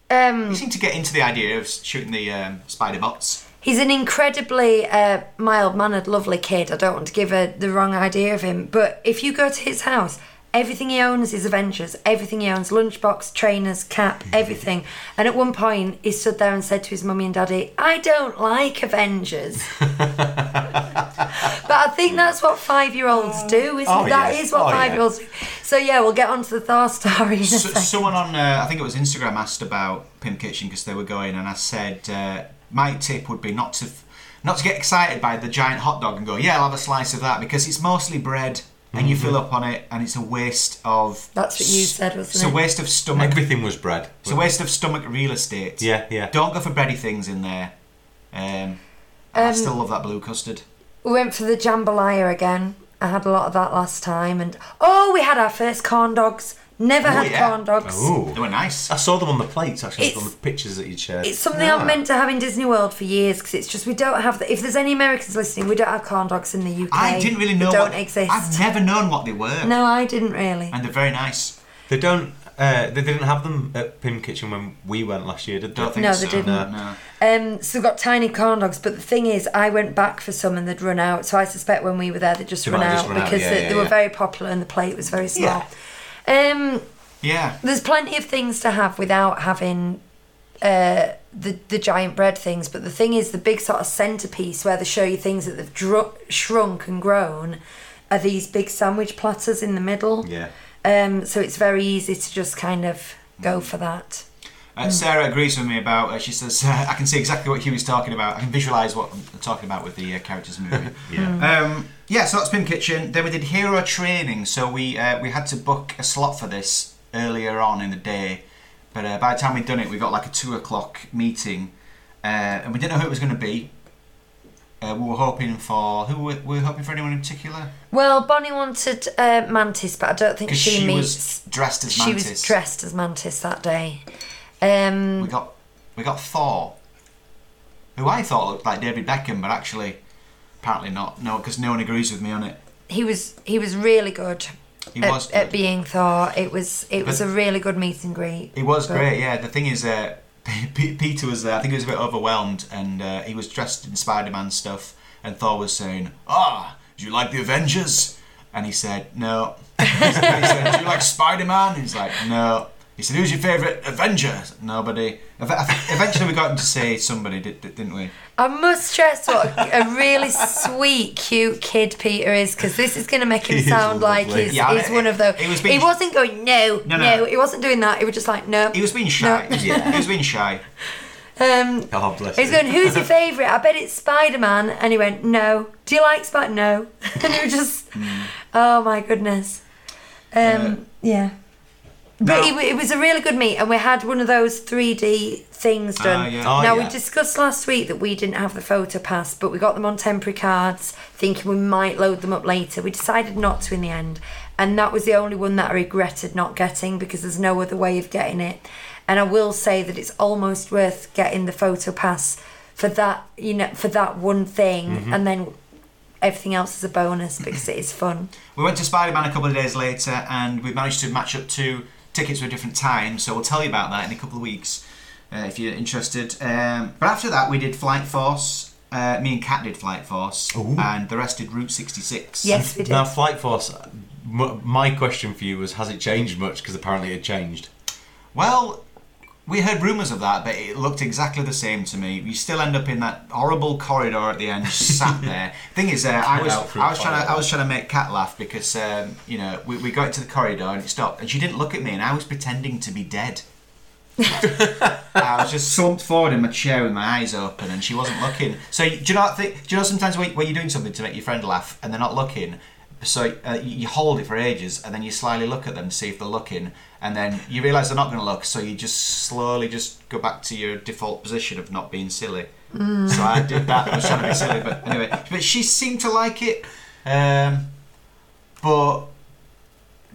[SPEAKER 3] um,
[SPEAKER 4] he seemed to get into the idea of shooting the um, spider bots.
[SPEAKER 3] He's an incredibly uh, mild mannered, lovely kid. I don't want to give a, the wrong idea of him, but if you go to his house, everything he owns is Avengers. Everything he owns lunchbox, trainers, cap,
[SPEAKER 2] Mm-hmm.
[SPEAKER 3] everything. And at one point, he stood there and said to his mummy and daddy, I don't like Avengers. but I think that's what five year olds do, isn't
[SPEAKER 2] Oh,
[SPEAKER 3] it? That
[SPEAKER 2] yes.
[SPEAKER 3] is what
[SPEAKER 2] Oh, yeah.
[SPEAKER 3] five year olds do. So, yeah, we'll get on to the Thor story in a
[SPEAKER 4] So,
[SPEAKER 3] second.
[SPEAKER 4] someone on, uh, I think it was Instagram, asked about Pim Kitchen because they were going, and I said uh, my tip would be not to f- not to get excited by the giant hot dog and go, yeah, I'll have a slice of that because it's mostly bread and you fill
[SPEAKER 2] Mm-hmm.
[SPEAKER 4] up on it, and it's a waste of.
[SPEAKER 3] That's what you
[SPEAKER 4] s-
[SPEAKER 3] said, wasn't
[SPEAKER 4] It's a
[SPEAKER 3] it?
[SPEAKER 4] waste of stomach.
[SPEAKER 2] Everything was bread.
[SPEAKER 4] It's a waste of stomach real estate.
[SPEAKER 2] Yeah, yeah.
[SPEAKER 4] Don't go for bready things in there. Um, I still love that blue custard.
[SPEAKER 3] We went for the jambalaya again. I had a lot of that last time, and oh, we had our first corn dogs. Never had
[SPEAKER 4] yeah.
[SPEAKER 3] corn dogs.
[SPEAKER 2] Oh, Ooh.
[SPEAKER 4] They were nice.
[SPEAKER 2] I saw them on the plates actually,
[SPEAKER 3] It's-
[SPEAKER 2] on the pictures that you'd shared.
[SPEAKER 3] It's something I've meant to have in Disney World for years because it's just we don't have. The, if there's any Americans listening, we don't have corn dogs in the UK.
[SPEAKER 4] I didn't really know.
[SPEAKER 3] They don't
[SPEAKER 4] what,
[SPEAKER 3] exist.
[SPEAKER 4] I've never known what they were.
[SPEAKER 3] no, I didn't really.
[SPEAKER 4] And they're very nice.
[SPEAKER 2] They don't. Uh, they didn't have them at Pim Kitchen when we went last year, did they?
[SPEAKER 4] Don't think
[SPEAKER 3] No,
[SPEAKER 4] so.
[SPEAKER 3] they didn't.
[SPEAKER 4] No.
[SPEAKER 3] Um, so we got tiny corn dogs, but the thing is, I went back for some and they'd run out. So I suspect when we were there, they just
[SPEAKER 2] They
[SPEAKER 3] run
[SPEAKER 2] might
[SPEAKER 3] out
[SPEAKER 2] have just run out,
[SPEAKER 3] because
[SPEAKER 2] yeah,
[SPEAKER 3] they,
[SPEAKER 2] yeah,
[SPEAKER 3] they were
[SPEAKER 2] yeah.
[SPEAKER 3] very popular and the plate was very small. Um,
[SPEAKER 4] Yeah.
[SPEAKER 3] there's plenty of things to have without having uh, the the giant bread things, but the thing is, the big sort of centerpiece where they show you things that they've dru- shrunk and grown are these big sandwich platters in the middle.
[SPEAKER 2] Yeah.
[SPEAKER 3] Um, so it's very easy to just kind of
[SPEAKER 4] Mm.
[SPEAKER 3] go for that.
[SPEAKER 4] Uh, Sarah agrees with me about. Uh, she says, uh, "I can see exactly what Hugh is talking about. I can visualise what I'm talking about with the uh, characters moving." yeah.
[SPEAKER 3] Hmm.
[SPEAKER 4] Um, yeah. So that's Pim Kitchen. Then we did Hero Training. So we uh, we had to book a slot for this earlier on in the day. But uh, by the time we'd done it, we got like a two o'clock meeting, uh, and we didn't know who it was going to be. Uh, we were hoping for who were, were we hoping for anyone in particular
[SPEAKER 3] Well, Bonnie wanted uh, Mantis, but I don't think
[SPEAKER 4] because
[SPEAKER 3] she,
[SPEAKER 4] she, was
[SPEAKER 3] meets.
[SPEAKER 4] dressed as
[SPEAKER 3] she
[SPEAKER 4] mantis.
[SPEAKER 3] was dressed as Mantis that day. Um,
[SPEAKER 4] We got we got Thor, who I thought looked like David Beckham, but actually apparently not. No, because no one agrees with me on it.
[SPEAKER 3] he was he was really good.
[SPEAKER 4] He
[SPEAKER 3] at,
[SPEAKER 4] was good.
[SPEAKER 3] at being Thor. It was it was a
[SPEAKER 4] But-
[SPEAKER 3] really good meet and greet.
[SPEAKER 4] It was
[SPEAKER 3] But-
[SPEAKER 4] great, yeah. The thing is, uh, P- Peter was, uh, I think he was a bit overwhelmed, and uh, he was dressed in Spider Man stuff, and Thor was saying, Ah, do you like the Avengers? And he said, No. he said, Do you like Spider Man? He's like, No. He said, Who's your favourite Avenger? Nobody. Ev- I think Eventually, we got him to say somebody, did- did- didn't we?
[SPEAKER 3] I must stress what a really sweet, cute kid Peter is, because this is going to make him
[SPEAKER 2] He is
[SPEAKER 3] sound like
[SPEAKER 2] lovely.
[SPEAKER 3] he's,
[SPEAKER 4] Yeah,
[SPEAKER 3] he's
[SPEAKER 4] it-
[SPEAKER 3] one of those.
[SPEAKER 4] it was being-
[SPEAKER 3] he wasn't going no,
[SPEAKER 4] No,
[SPEAKER 3] no,
[SPEAKER 4] no.
[SPEAKER 3] He wasn't doing that. He was just like no.
[SPEAKER 4] He was being shy.
[SPEAKER 3] No.
[SPEAKER 4] Yeah, he was being shy.
[SPEAKER 3] Um,
[SPEAKER 2] Oh, bless
[SPEAKER 3] He's
[SPEAKER 2] you.
[SPEAKER 3] going, who's your favourite? I bet it's Spider Man. And he went, no. Do you like Spider? No. and he was just,
[SPEAKER 4] Hmm.
[SPEAKER 3] oh my goodness. Um,
[SPEAKER 4] Uh,
[SPEAKER 3] yeah. But
[SPEAKER 4] no.
[SPEAKER 3] it, it was a really good meet, and we had one of those 3D things done.
[SPEAKER 4] yeah.
[SPEAKER 2] Oh,
[SPEAKER 3] now,
[SPEAKER 2] yeah.
[SPEAKER 3] we discussed last week that we didn't have the photo pass, but we got them on temporary cards, thinking we might load them up later. We decided not to in the end, and that was the only one that I regretted not getting because there's no other way of getting it. And I will say that it's almost worth getting the photo pass for that, you know, for that one thing, and then everything else is a bonus because it is fun.
[SPEAKER 4] We went to Spider Man a couple of days later, and we managed to match up two tickets for a different time. So we'll tell you about that in a couple of weeks uh, if you're interested. Um, but after that, we did Flight Force. Uh, me and Kat did Flight Force, and the rest did Route 66.
[SPEAKER 3] Yes, we did.
[SPEAKER 2] Now, Flight Force, m- my question for you was has it changed much? Because apparently it changed.
[SPEAKER 4] Well, we heard rumours of that, but it looked exactly the same to me. You still end up in that horrible corridor at the end, sat there. Thing is, uh, I
[SPEAKER 2] Cut
[SPEAKER 4] was
[SPEAKER 2] out through
[SPEAKER 4] I was
[SPEAKER 2] the
[SPEAKER 4] trying to I
[SPEAKER 2] firewall.
[SPEAKER 4] was trying to make Kat laugh because um, you know we, we got into the corridor and it stopped, and she didn't look at me, and I was pretending to be dead. I was just slumped forward in my chair with my eyes open, and she wasn't looking. So you- do you know? what I think- Do you know sometimes when, when you're doing something to make your friend laugh and they're not looking, so uh, you you hold it for ages, and then you slyly look at them to see if they're looking, and then you realise they're not going to look, so you just slowly just go back to your default position of not being silly. So I did that. I was trying to be silly, but anyway. But she seemed to like it, um, but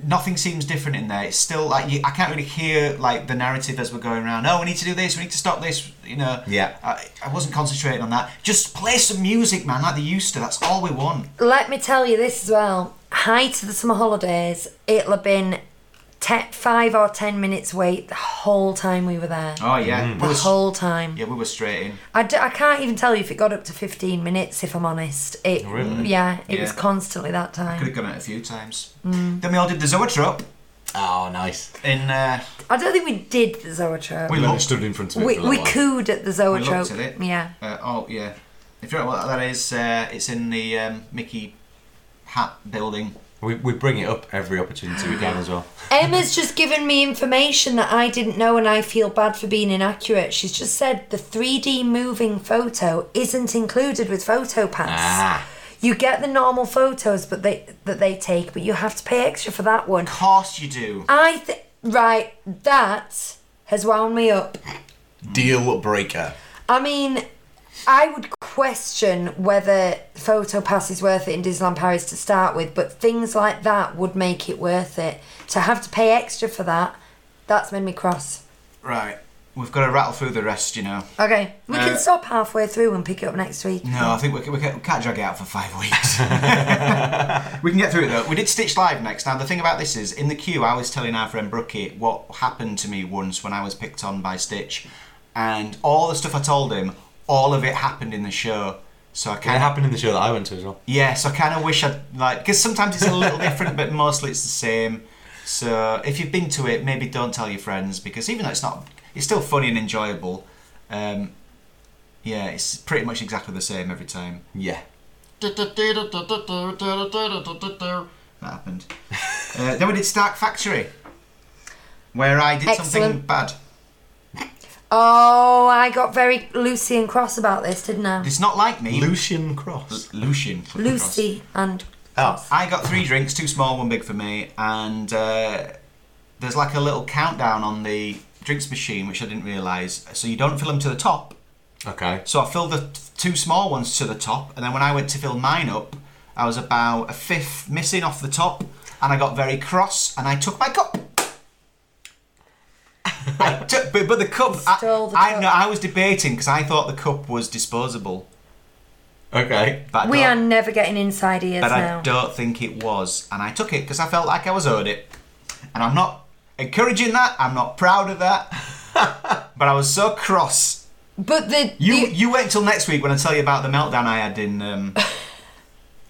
[SPEAKER 4] nothing seems different in there. It's still like you, I can't really hear like the narrative as we're going around. Oh, we need to do this. We need to stop this. You know.
[SPEAKER 2] Yeah.
[SPEAKER 4] I, I wasn't concentrating on that. Just play some music, man, like they used to. That's all we want.
[SPEAKER 3] Let me tell you this as well. Height of the summer holidays, it'll have been te- five or ten minutes wait the whole time we were there.
[SPEAKER 4] Oh yeah. We
[SPEAKER 3] the
[SPEAKER 4] were,
[SPEAKER 3] whole time.
[SPEAKER 4] yeah, we were straight in.
[SPEAKER 3] I, d- I can't even tell you if it got up to 15 minutes, if I'm honest. It,
[SPEAKER 2] Really?
[SPEAKER 3] Yeah, it
[SPEAKER 4] Oh, Yeah.
[SPEAKER 3] was constantly that
[SPEAKER 4] Could
[SPEAKER 3] time.
[SPEAKER 4] have gone out a few times. Then we all did the zoetrope
[SPEAKER 2] Oh, nice.
[SPEAKER 4] in. Uh,
[SPEAKER 3] I don't think we did the zoetrope.
[SPEAKER 4] We
[SPEAKER 2] We
[SPEAKER 4] looked-
[SPEAKER 2] stood in front of it.
[SPEAKER 3] We,
[SPEAKER 2] for a
[SPEAKER 3] we
[SPEAKER 2] little while.
[SPEAKER 3] cooed at the
[SPEAKER 4] we
[SPEAKER 3] zoetrope.
[SPEAKER 4] looked at it.
[SPEAKER 3] Yeah.
[SPEAKER 4] Uh, oh yeah. If you don't know what that is, uh, it's in the um, Mickey Hat building.
[SPEAKER 2] We, we bring it up every opportunity we can as well.
[SPEAKER 3] Emma's just given me information that I didn't know, and I feel bad for being inaccurate. She's just said the 3D moving photo isn't included with PhotoPass.
[SPEAKER 2] Ah.
[SPEAKER 3] You get the normal photos, but they that they take, but you have to pay extra for that one.
[SPEAKER 4] Of course you do.
[SPEAKER 3] I th- right that has wound me up.
[SPEAKER 2] Deal breaker.
[SPEAKER 3] I mean, I would question whether PhotoPass is worth it in Disneyland Paris to start with, but things like that would make it worth it. To have to pay extra for that, that's made me cross.
[SPEAKER 4] Right. We've got to rattle through the rest, you know.
[SPEAKER 3] Okay, we
[SPEAKER 4] Uh,
[SPEAKER 3] can stop halfway through and pick it up next week.
[SPEAKER 4] No, I think we, can, we, can, we can't drag it out for five weeks. we can get through it though. We did Stitch Live next. Now the thing about this is, in the queue, I was telling our friend Brookie what happened to me once when I was picked on by Stitch, and all the stuff I told him, all of it happened in the show. So I
[SPEAKER 2] It
[SPEAKER 4] kind of
[SPEAKER 2] happened in the show that I went to as well.
[SPEAKER 4] yeah. So I kind of wish I'd like because sometimes it's a little different, but mostly it's the same. So if you've been to it, maybe don't tell your friends because even though it's not, it's still funny and enjoyable. Um, yeah, it's pretty much exactly the same every time.
[SPEAKER 2] Yeah.
[SPEAKER 4] That happened. Uh, then we did Stark Factory, where I did something
[SPEAKER 3] Excellent.
[SPEAKER 4] bad.
[SPEAKER 3] Oh, I got very Lucy and cross about this, didn't I?
[SPEAKER 4] It's not like me.
[SPEAKER 2] Lucian Cross.
[SPEAKER 4] Lucian.
[SPEAKER 3] Lucy and
[SPEAKER 2] Oh,
[SPEAKER 4] I got three drinks, two small, one big for me, and uh, there's like a little countdown on the drinks machine, which I didn't realise. So you don't fill them to the top.
[SPEAKER 2] Okay.
[SPEAKER 4] So I filled the t- two small ones to the top, and then when I went to fill mine up, I was about a fifth missing off the top, and I got very cross, and I took my cup. I took, but, but the cup, I,
[SPEAKER 3] Stole the
[SPEAKER 4] I,
[SPEAKER 3] cup.
[SPEAKER 4] No, I was debating because I thought the cup was disposable.
[SPEAKER 2] Okay.
[SPEAKER 4] But I
[SPEAKER 3] We
[SPEAKER 4] don't-
[SPEAKER 3] are never getting inside ears
[SPEAKER 4] but
[SPEAKER 3] now.
[SPEAKER 4] I don't think it was. And I took it because I felt like I was owed it. And I'm not encouraging that. I'm not proud of that. but I was so cross.
[SPEAKER 3] But the
[SPEAKER 4] You
[SPEAKER 3] the-
[SPEAKER 4] you wait until next week when I tell you about the meltdown I had in. Um, or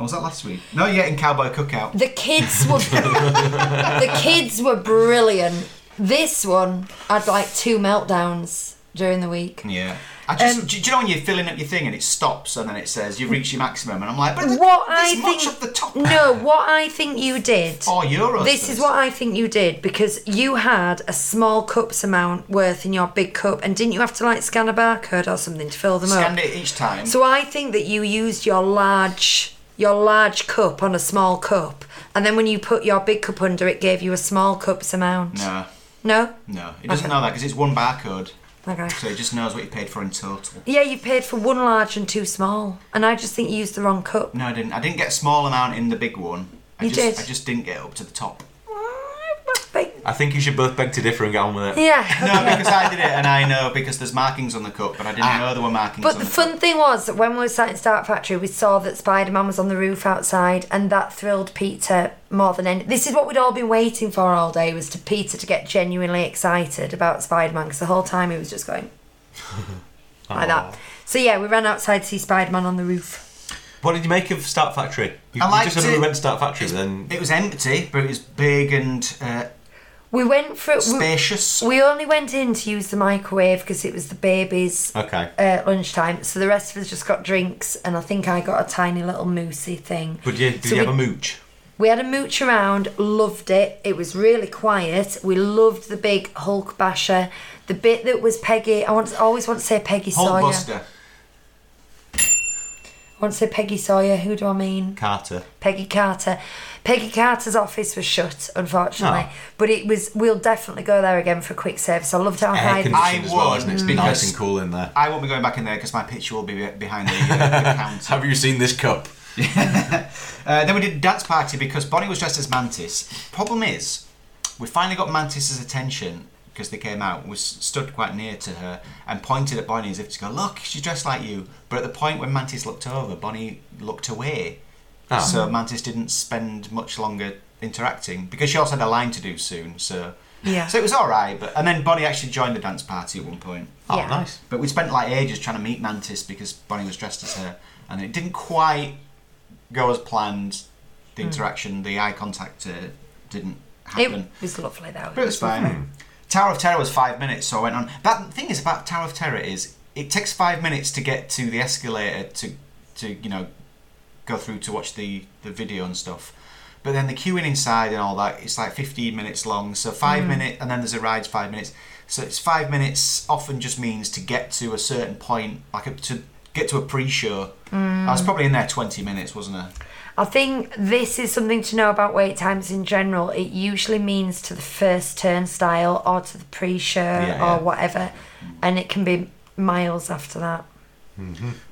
[SPEAKER 4] was that last week? No, yeah, in Cowboy Cookout.
[SPEAKER 3] The kids were the kids were brilliant. This one, I'd like two meltdowns during the week.
[SPEAKER 4] Yeah. I just,
[SPEAKER 3] Um,
[SPEAKER 4] do, do you know when you're filling up your thing and it stops and then it says you've reached your maximum and I'm like, but
[SPEAKER 3] What
[SPEAKER 4] there's
[SPEAKER 3] I
[SPEAKER 4] much
[SPEAKER 3] think,
[SPEAKER 4] up the top.
[SPEAKER 3] no, what I think you did.
[SPEAKER 4] Four euros.
[SPEAKER 3] This
[SPEAKER 4] for
[SPEAKER 3] is what I think you did because you had a small cups amount worth in your big cup, and didn't you have to like scan a barcode or something to fill them
[SPEAKER 4] scanned
[SPEAKER 3] up?
[SPEAKER 4] it each time.
[SPEAKER 3] So I think that you used your large your large cup on a small cup, and then when you put your big cup under, it gave you a small cups amount.
[SPEAKER 4] no,
[SPEAKER 3] No.
[SPEAKER 4] no, it doesn't know that because it's one barcode,
[SPEAKER 3] Okay.
[SPEAKER 4] so it just knows what you paid for in total.
[SPEAKER 3] Yeah, you paid for one large and two small, and I just think you used the wrong cup.
[SPEAKER 4] No, I didn't. I didn't get a small amount in the big one. I
[SPEAKER 3] You
[SPEAKER 4] just,
[SPEAKER 3] did.
[SPEAKER 4] I just didn't get up to the top.
[SPEAKER 2] I think you should both beg to differ and get on with it.
[SPEAKER 3] Yeah.
[SPEAKER 4] No, because I did it, and I know because there's markings on the cup, but I didn't know there were markings.
[SPEAKER 3] Ah. But
[SPEAKER 4] on
[SPEAKER 3] the
[SPEAKER 4] the
[SPEAKER 3] fun thing was that when we were sat in Start Factory, we saw that Spider Man was on the roof outside, and that thrilled Peter more than any. This is what we'd all been waiting for all day was to Peter to get genuinely excited about Spider Man because the whole time he was just going like that. So yeah, we ran outside to see Spider Man on the roof.
[SPEAKER 2] What did you make of Start Factory? You,
[SPEAKER 4] I
[SPEAKER 2] you
[SPEAKER 4] liked
[SPEAKER 2] just said we
[SPEAKER 4] it.
[SPEAKER 2] went to Start Factory, then
[SPEAKER 4] It was empty, but it was big and uh,
[SPEAKER 3] We went for we,
[SPEAKER 4] spacious.
[SPEAKER 3] we only went in to use the microwave because it was the baby's
[SPEAKER 2] okay.
[SPEAKER 3] uh, lunchtime. So the rest of us just got drinks, and I think I got a tiny little moosey thing.
[SPEAKER 2] But you, did
[SPEAKER 3] So
[SPEAKER 2] you
[SPEAKER 3] we-
[SPEAKER 2] have a mooch?
[SPEAKER 3] We had a mooch around, loved it. It was really quiet. We loved the big Hulk basher. The bit that was Peggy, I want I always want to say Peggy Sawyer.
[SPEAKER 4] Hulkbuster.
[SPEAKER 3] I want to say Peggy Sawyer. Who do I mean?
[SPEAKER 2] Carter.
[SPEAKER 3] Peggy Carter. Peggy Carter's office was shut, unfortunately.
[SPEAKER 2] Oh.
[SPEAKER 3] But it was. We'll definitely go there again for a quick service. I loved how
[SPEAKER 2] Air
[SPEAKER 3] high.
[SPEAKER 2] conditioned
[SPEAKER 4] I
[SPEAKER 2] as well, isn't it? It's
[SPEAKER 4] would,
[SPEAKER 2] nice
[SPEAKER 4] because-
[SPEAKER 2] and cool in there.
[SPEAKER 4] I won't be going back in there because my picture will be be- behind the, uh, the counter.
[SPEAKER 2] Have you seen this cup?
[SPEAKER 4] Uh, then we did a dance party because Bonnie was dressed as Mantis. Problem is, we finally got Mantis's attention because they came out. We s- stood quite near to her and pointed at Bonnie as if to go, "Look, she's dressed like you." But at the point when Mantis looked over, Bonnie looked away.
[SPEAKER 2] Ah.
[SPEAKER 4] So Mantis didn't spend much longer interacting because she also had a line to do soon. So
[SPEAKER 3] Yeah.
[SPEAKER 4] so it was all right. But and then Bonnie actually joined the dance party at one point.
[SPEAKER 2] Oh,
[SPEAKER 3] Yeah.
[SPEAKER 2] nice.
[SPEAKER 4] But we spent like ages trying to meet Mantis because Bonnie was dressed as her, and it didn't quite go as planned. The interaction, the eye contact, uh, didn't happen.
[SPEAKER 3] It was lovely though.
[SPEAKER 4] but it was fine. Tower of Terror was five minutes, so I went on. That thing is about Tower of Terror is it takes five minutes to get to the escalator to to you know go through to watch the the video and stuff. But then the queuing inside and all that, it's like 15 minutes long. So five minute, and then there's a ride's five minutes. So it's five minutes often just means to get to a certain point, like a, to get to a pre-show. I was probably in there 20 minutes, wasn't I?
[SPEAKER 3] I think this is something to know about wait times in general. It usually means to the first turnstile or to the pre show
[SPEAKER 2] Yeah, yeah.
[SPEAKER 3] or whatever, and it can be miles after that.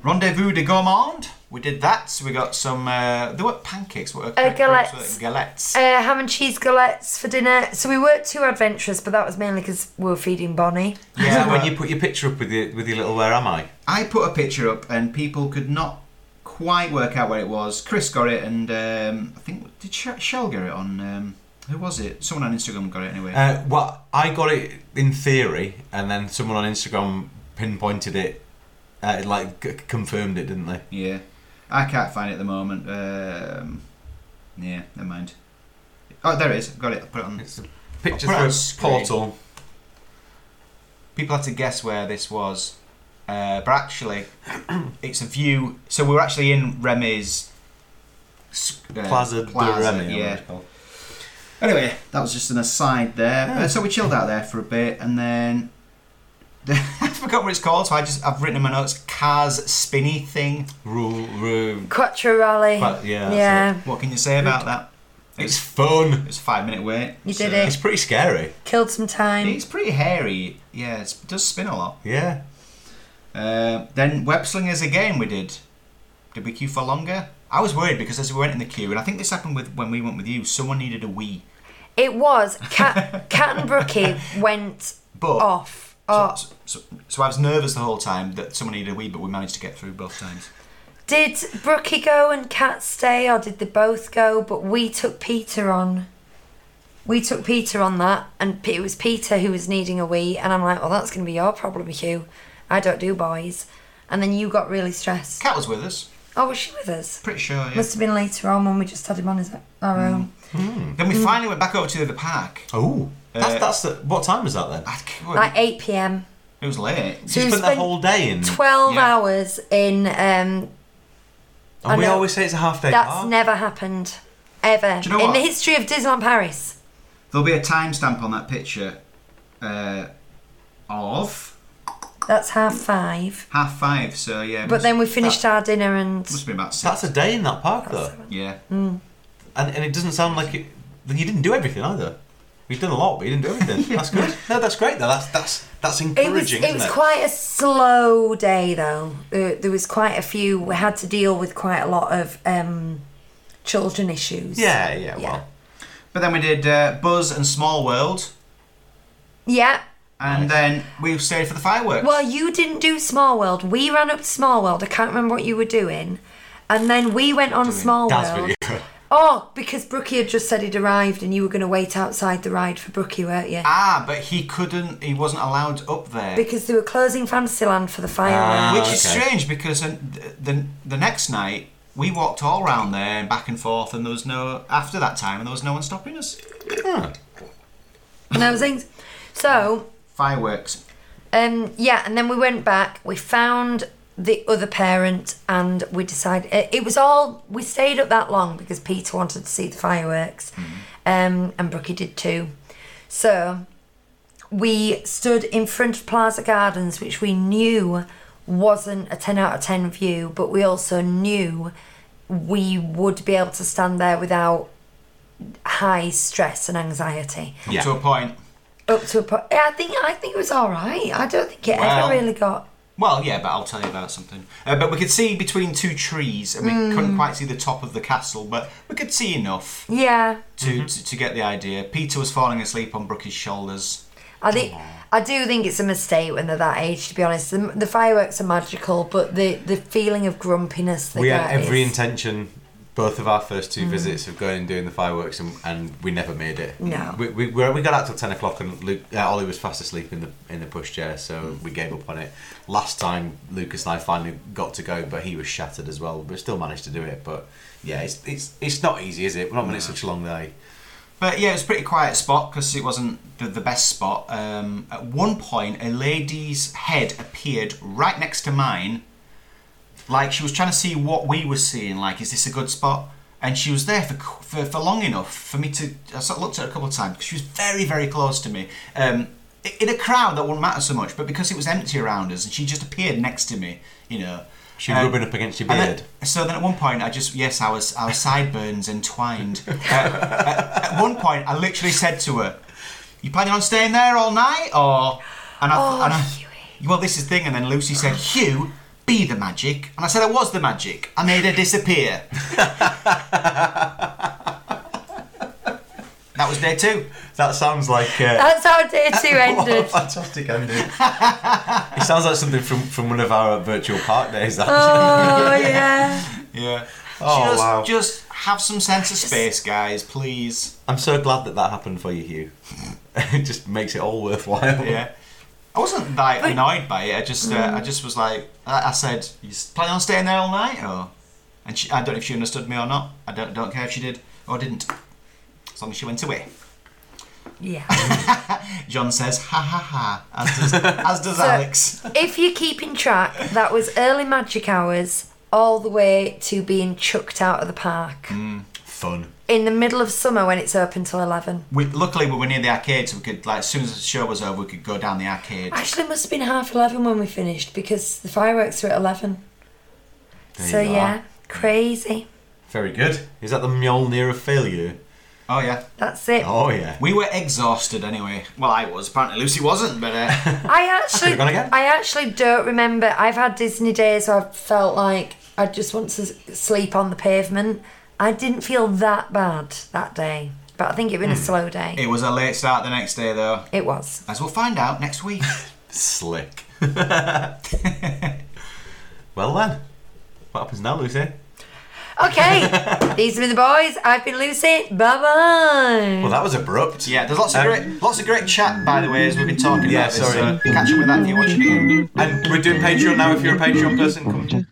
[SPEAKER 4] Rendezvous de Gourmand. We did that. So we got some. Uh, they were pancakes. What were
[SPEAKER 3] Uh, galettes.
[SPEAKER 4] Galettes.
[SPEAKER 3] Uh, ham and cheese galettes for dinner. So we weren't too adventurous, but that was mainly because we were feeding Bonnie.
[SPEAKER 2] Is
[SPEAKER 4] yeah,
[SPEAKER 2] that
[SPEAKER 4] when
[SPEAKER 2] when you put your picture up with your with your little "Where am I"?
[SPEAKER 4] I put a picture up and people could not quite work out what it was. Chris got it, and um, I think did Sh- Shell get it on? Um, who was it? Someone on Instagram got it anyway.
[SPEAKER 2] Uh, well, I got it in theory, and then someone on Instagram pinpointed it, uh, like c- confirmed it, didn't they?
[SPEAKER 4] yeah, I can't find it at the moment. Um, yeah, never mind. Oh, there it is. I've got it. I put it on.
[SPEAKER 2] It's a picture
[SPEAKER 4] I'll put it on
[SPEAKER 2] through
[SPEAKER 4] screen.
[SPEAKER 2] a portal.
[SPEAKER 4] People had to guess where this was, uh, but actually, it's a view. So we're actually in Remy's s- uh,
[SPEAKER 2] Plaza,
[SPEAKER 4] plaza,
[SPEAKER 2] de Remy.
[SPEAKER 4] Yeah, Anyway, that was just an aside there. Uh, so we chilled out there for a bit, and then I forgot what it's called. So I just I've written in my notes Cars spinny thing.
[SPEAKER 2] Rule, rule.
[SPEAKER 3] Quattro Rally.
[SPEAKER 2] Quite- yeah, that's
[SPEAKER 3] Yeah.
[SPEAKER 4] What can you say about that?
[SPEAKER 2] It's fun.
[SPEAKER 4] It's a five minute wait.
[SPEAKER 3] You
[SPEAKER 4] so-
[SPEAKER 3] did it.
[SPEAKER 2] It's pretty scary.
[SPEAKER 3] Killed some time.
[SPEAKER 4] It's pretty hairy. Yeah, it's, it does spin a lot.
[SPEAKER 2] Yeah.
[SPEAKER 4] Uh, then web slingers again. We did. Did we queue for longer? I was worried because as we went in the queue, and I think this happened with when we went with you. Someone needed a wee.
[SPEAKER 3] It was Cat Cat and Brookie went
[SPEAKER 4] But-
[SPEAKER 3] off.
[SPEAKER 4] So,
[SPEAKER 3] Oh,
[SPEAKER 4] so, so, so I was nervous the whole time that someone needed a wee, but we managed to get through both times.
[SPEAKER 3] did Brookie go and Cat stay, or did they both go? But we took Peter on. We took Peter on that, and P- it was Peter who was needing a wee, and I'm like, well, that's going to be your problem, Hugh. I don't do boys. And then you got really stressed.
[SPEAKER 4] Cat was with us.
[SPEAKER 3] Oh, was she with us?
[SPEAKER 4] Pretty sure. Yeah.
[SPEAKER 3] Must have been later on when we just had him on his our
[SPEAKER 4] Mm,
[SPEAKER 3] own.
[SPEAKER 4] Then
[SPEAKER 3] mm.
[SPEAKER 4] we finally went back over to the park.
[SPEAKER 2] Oh. That's,
[SPEAKER 4] Uh,
[SPEAKER 2] that's the, what time was that then?
[SPEAKER 4] I c-
[SPEAKER 3] Like 8 p.m.
[SPEAKER 4] It was late.
[SPEAKER 3] So
[SPEAKER 2] You spent
[SPEAKER 3] we
[SPEAKER 2] the
[SPEAKER 3] spent
[SPEAKER 2] whole day in.
[SPEAKER 3] 12
[SPEAKER 4] Yeah.
[SPEAKER 3] hours in um,
[SPEAKER 2] and
[SPEAKER 3] I
[SPEAKER 2] Oh, we
[SPEAKER 3] know.
[SPEAKER 2] always say it's a half day
[SPEAKER 3] That's
[SPEAKER 2] park.
[SPEAKER 3] never happened. Ever.
[SPEAKER 4] Do you know
[SPEAKER 3] In
[SPEAKER 4] what?
[SPEAKER 3] the history of Disneyland Paris.
[SPEAKER 4] There'll be a timestamp on that picture uh, of
[SPEAKER 3] That's half five.
[SPEAKER 4] half five. So yeah. it
[SPEAKER 3] But
[SPEAKER 4] must-
[SPEAKER 3] then we finished our dinner and
[SPEAKER 4] must be about six.
[SPEAKER 2] That's a day in that park though.
[SPEAKER 4] yeah.
[SPEAKER 2] And, and it doesn't sound like it. You didn't do everything either. We've done a lot, but you didn't do everything. That's good. No, that's great though. That's that's that's
[SPEAKER 3] it was
[SPEAKER 2] encouraging.
[SPEAKER 3] it was
[SPEAKER 2] isn't it?
[SPEAKER 3] quite a slow day though. Uh, there was quite a few. We had to deal with quite a lot of um, children issues.
[SPEAKER 2] Yeah, yeah.
[SPEAKER 3] Yeah.
[SPEAKER 2] Well,
[SPEAKER 4] But then we did uh, Buzz and Small World,
[SPEAKER 3] Yeah.
[SPEAKER 4] and then we stayed for the fireworks.
[SPEAKER 3] Well, you didn't do Small World. We ran up to Small World. I can't remember what you were doing. And then we went on Small
[SPEAKER 2] Dad's
[SPEAKER 3] World.
[SPEAKER 2] video.
[SPEAKER 3] Oh, because Brookie had just said he'd arrived and you were going to wait outside the ride for Brookie, weren't you?
[SPEAKER 4] Ah, but he couldn't. He wasn't allowed up there.
[SPEAKER 3] because they were closing Fantasyland for the fireworks.
[SPEAKER 4] Which
[SPEAKER 2] Ah,
[SPEAKER 4] is
[SPEAKER 2] okay.
[SPEAKER 4] strange because uh, the, the next night we walked all round there and back and forth, and there was no after that time, and there was no one stopping us.
[SPEAKER 2] Ah.
[SPEAKER 3] and those things. So,
[SPEAKER 4] Fireworks.
[SPEAKER 3] um, yeah, and then we went back. We found the other parent, and we decided it, it was all. We stayed up that long because Peter wanted to see the fireworks, um, and Brookie did too. So we stood in front of Plaza Gardens, which we knew wasn't a ten out of ten view, but we also knew we would be able to stand there without high stress and anxiety
[SPEAKER 4] Up
[SPEAKER 2] Yeah.
[SPEAKER 4] to a point.
[SPEAKER 3] up to a point. I think I think it was all right. I don't think it
[SPEAKER 4] Well-
[SPEAKER 3] ever really got.
[SPEAKER 4] Well, yeah, but I'll tell you about something. Uh, but we could see between two trees, and we couldn't quite see the top of the castle, but we could see enough
[SPEAKER 3] Yeah,
[SPEAKER 4] to,
[SPEAKER 2] Mm-hmm.
[SPEAKER 4] to, to get the idea. Peter was falling asleep on Brookie's shoulders.
[SPEAKER 3] I think I do think it's a mistake when they're that age. To be honest, the, the fireworks are magical, but the the feeling of grumpiness they
[SPEAKER 2] we had
[SPEAKER 3] get
[SPEAKER 2] every
[SPEAKER 3] is-
[SPEAKER 2] intention, both of our first two visits, of going and doing the fireworks, and, and we never made it.
[SPEAKER 3] No.
[SPEAKER 2] We, we, we we got out till ten o'clock, and Luke, uh, Ollie was fast asleep in the in the pushchair, so we gave up on it. Last time, Lucas and I finally got to go, but he was shattered as well. We still managed to do it, but yeah, it's it's it's not easy, is it? We're not meant it's such a long day.
[SPEAKER 4] But yeah, it was a pretty quiet spot because it wasn't the, the best spot. Um, at one point, a lady's head appeared right next to mine, like she was trying to see what we were seeing. Like, is this a good spot? And she was there for c- for, for long enough for me to. I sort of looked at her a couple of times because she was very very close to me. Um, i- in a crowd that wouldn't matter so much, but because it was empty around us, and she just appeared next to me, you know.
[SPEAKER 2] She
[SPEAKER 4] Um,
[SPEAKER 2] rubbing up against your
[SPEAKER 4] and
[SPEAKER 2] beard.
[SPEAKER 4] then- so then at one point, I just, yes, I was, our sideburns entwined. Uh, at, at one point, I literally said to her, You planning on staying there all night? Or. And I,
[SPEAKER 3] Oh,
[SPEAKER 4] and I
[SPEAKER 3] Huey.
[SPEAKER 4] Well, this is the thing. And then Lucy said, Hugh, be the magic. And I said, I was the magic. I made her disappear. that was day two.
[SPEAKER 2] That sounds like. Uh,
[SPEAKER 3] That's how day two
[SPEAKER 2] What a
[SPEAKER 3] ended.
[SPEAKER 2] fantastic ending. it sounds like something from, from one of our virtual park days. That.
[SPEAKER 3] oh yeah.
[SPEAKER 4] Yeah.
[SPEAKER 2] Oh,
[SPEAKER 4] just,
[SPEAKER 2] wow.
[SPEAKER 4] just have some sense of space, guys, please.
[SPEAKER 2] I'm so glad that that happened for you, Hugh. it just makes it all worthwhile.
[SPEAKER 4] Yeah. I wasn't like annoyed by it. I just, uh, I just was like, I, I said, "You s- plan on staying there all night?" Or, and she, I don't know if she understood me or not. I don't, don't care if she did or didn't. As long as she went away.
[SPEAKER 3] Yeah.
[SPEAKER 4] John says, "Ha ha ha," as does, as does Alex.
[SPEAKER 3] if you're keeping track, that was early magic hours all the way to being chucked out of the park
[SPEAKER 2] Mm. Fun.
[SPEAKER 3] in the middle of summer when it's open till 11.
[SPEAKER 4] We, luckily, we were near the arcade, so we could, like, as soon as the show was over, we could go down the arcade.
[SPEAKER 3] Actually, it must have been half eleven when we finished because the fireworks were at eleven.
[SPEAKER 2] There
[SPEAKER 3] so
[SPEAKER 2] you are.
[SPEAKER 3] yeah, crazy.
[SPEAKER 2] Very good. Is that the Mjolnir of failure?
[SPEAKER 4] Oh yeah,
[SPEAKER 3] That's it.
[SPEAKER 2] Oh yeah.
[SPEAKER 4] we were exhausted anyway. Well, I was. Apparently, Lucy wasn't, but uh,
[SPEAKER 3] I actually,
[SPEAKER 2] Could've gone again.
[SPEAKER 3] I actually don't remember. I've had Disney days where I've felt like I just want to s- sleep on the pavement. I didn't feel that bad that day, but I think it'd been
[SPEAKER 2] Hmm.
[SPEAKER 3] a slow day. It,
[SPEAKER 4] it was a late start the next day, though.
[SPEAKER 3] was.
[SPEAKER 4] As we'll find out next week.
[SPEAKER 2] Slick. well then, what happens now, Lucy?
[SPEAKER 3] Okay, these have been the boys. I've been Lucy. Bye bye.
[SPEAKER 2] Well, that was abrupt.
[SPEAKER 4] Yeah, there's lots of
[SPEAKER 2] Um,
[SPEAKER 4] great, lots of great chat by the way as we've been talking
[SPEAKER 2] Yeah,
[SPEAKER 4] about this. uh,
[SPEAKER 2] sorry.
[SPEAKER 4] So catch up with that if you're watching again.
[SPEAKER 2] And we're doing Patreon now. If you're a Patreon person, come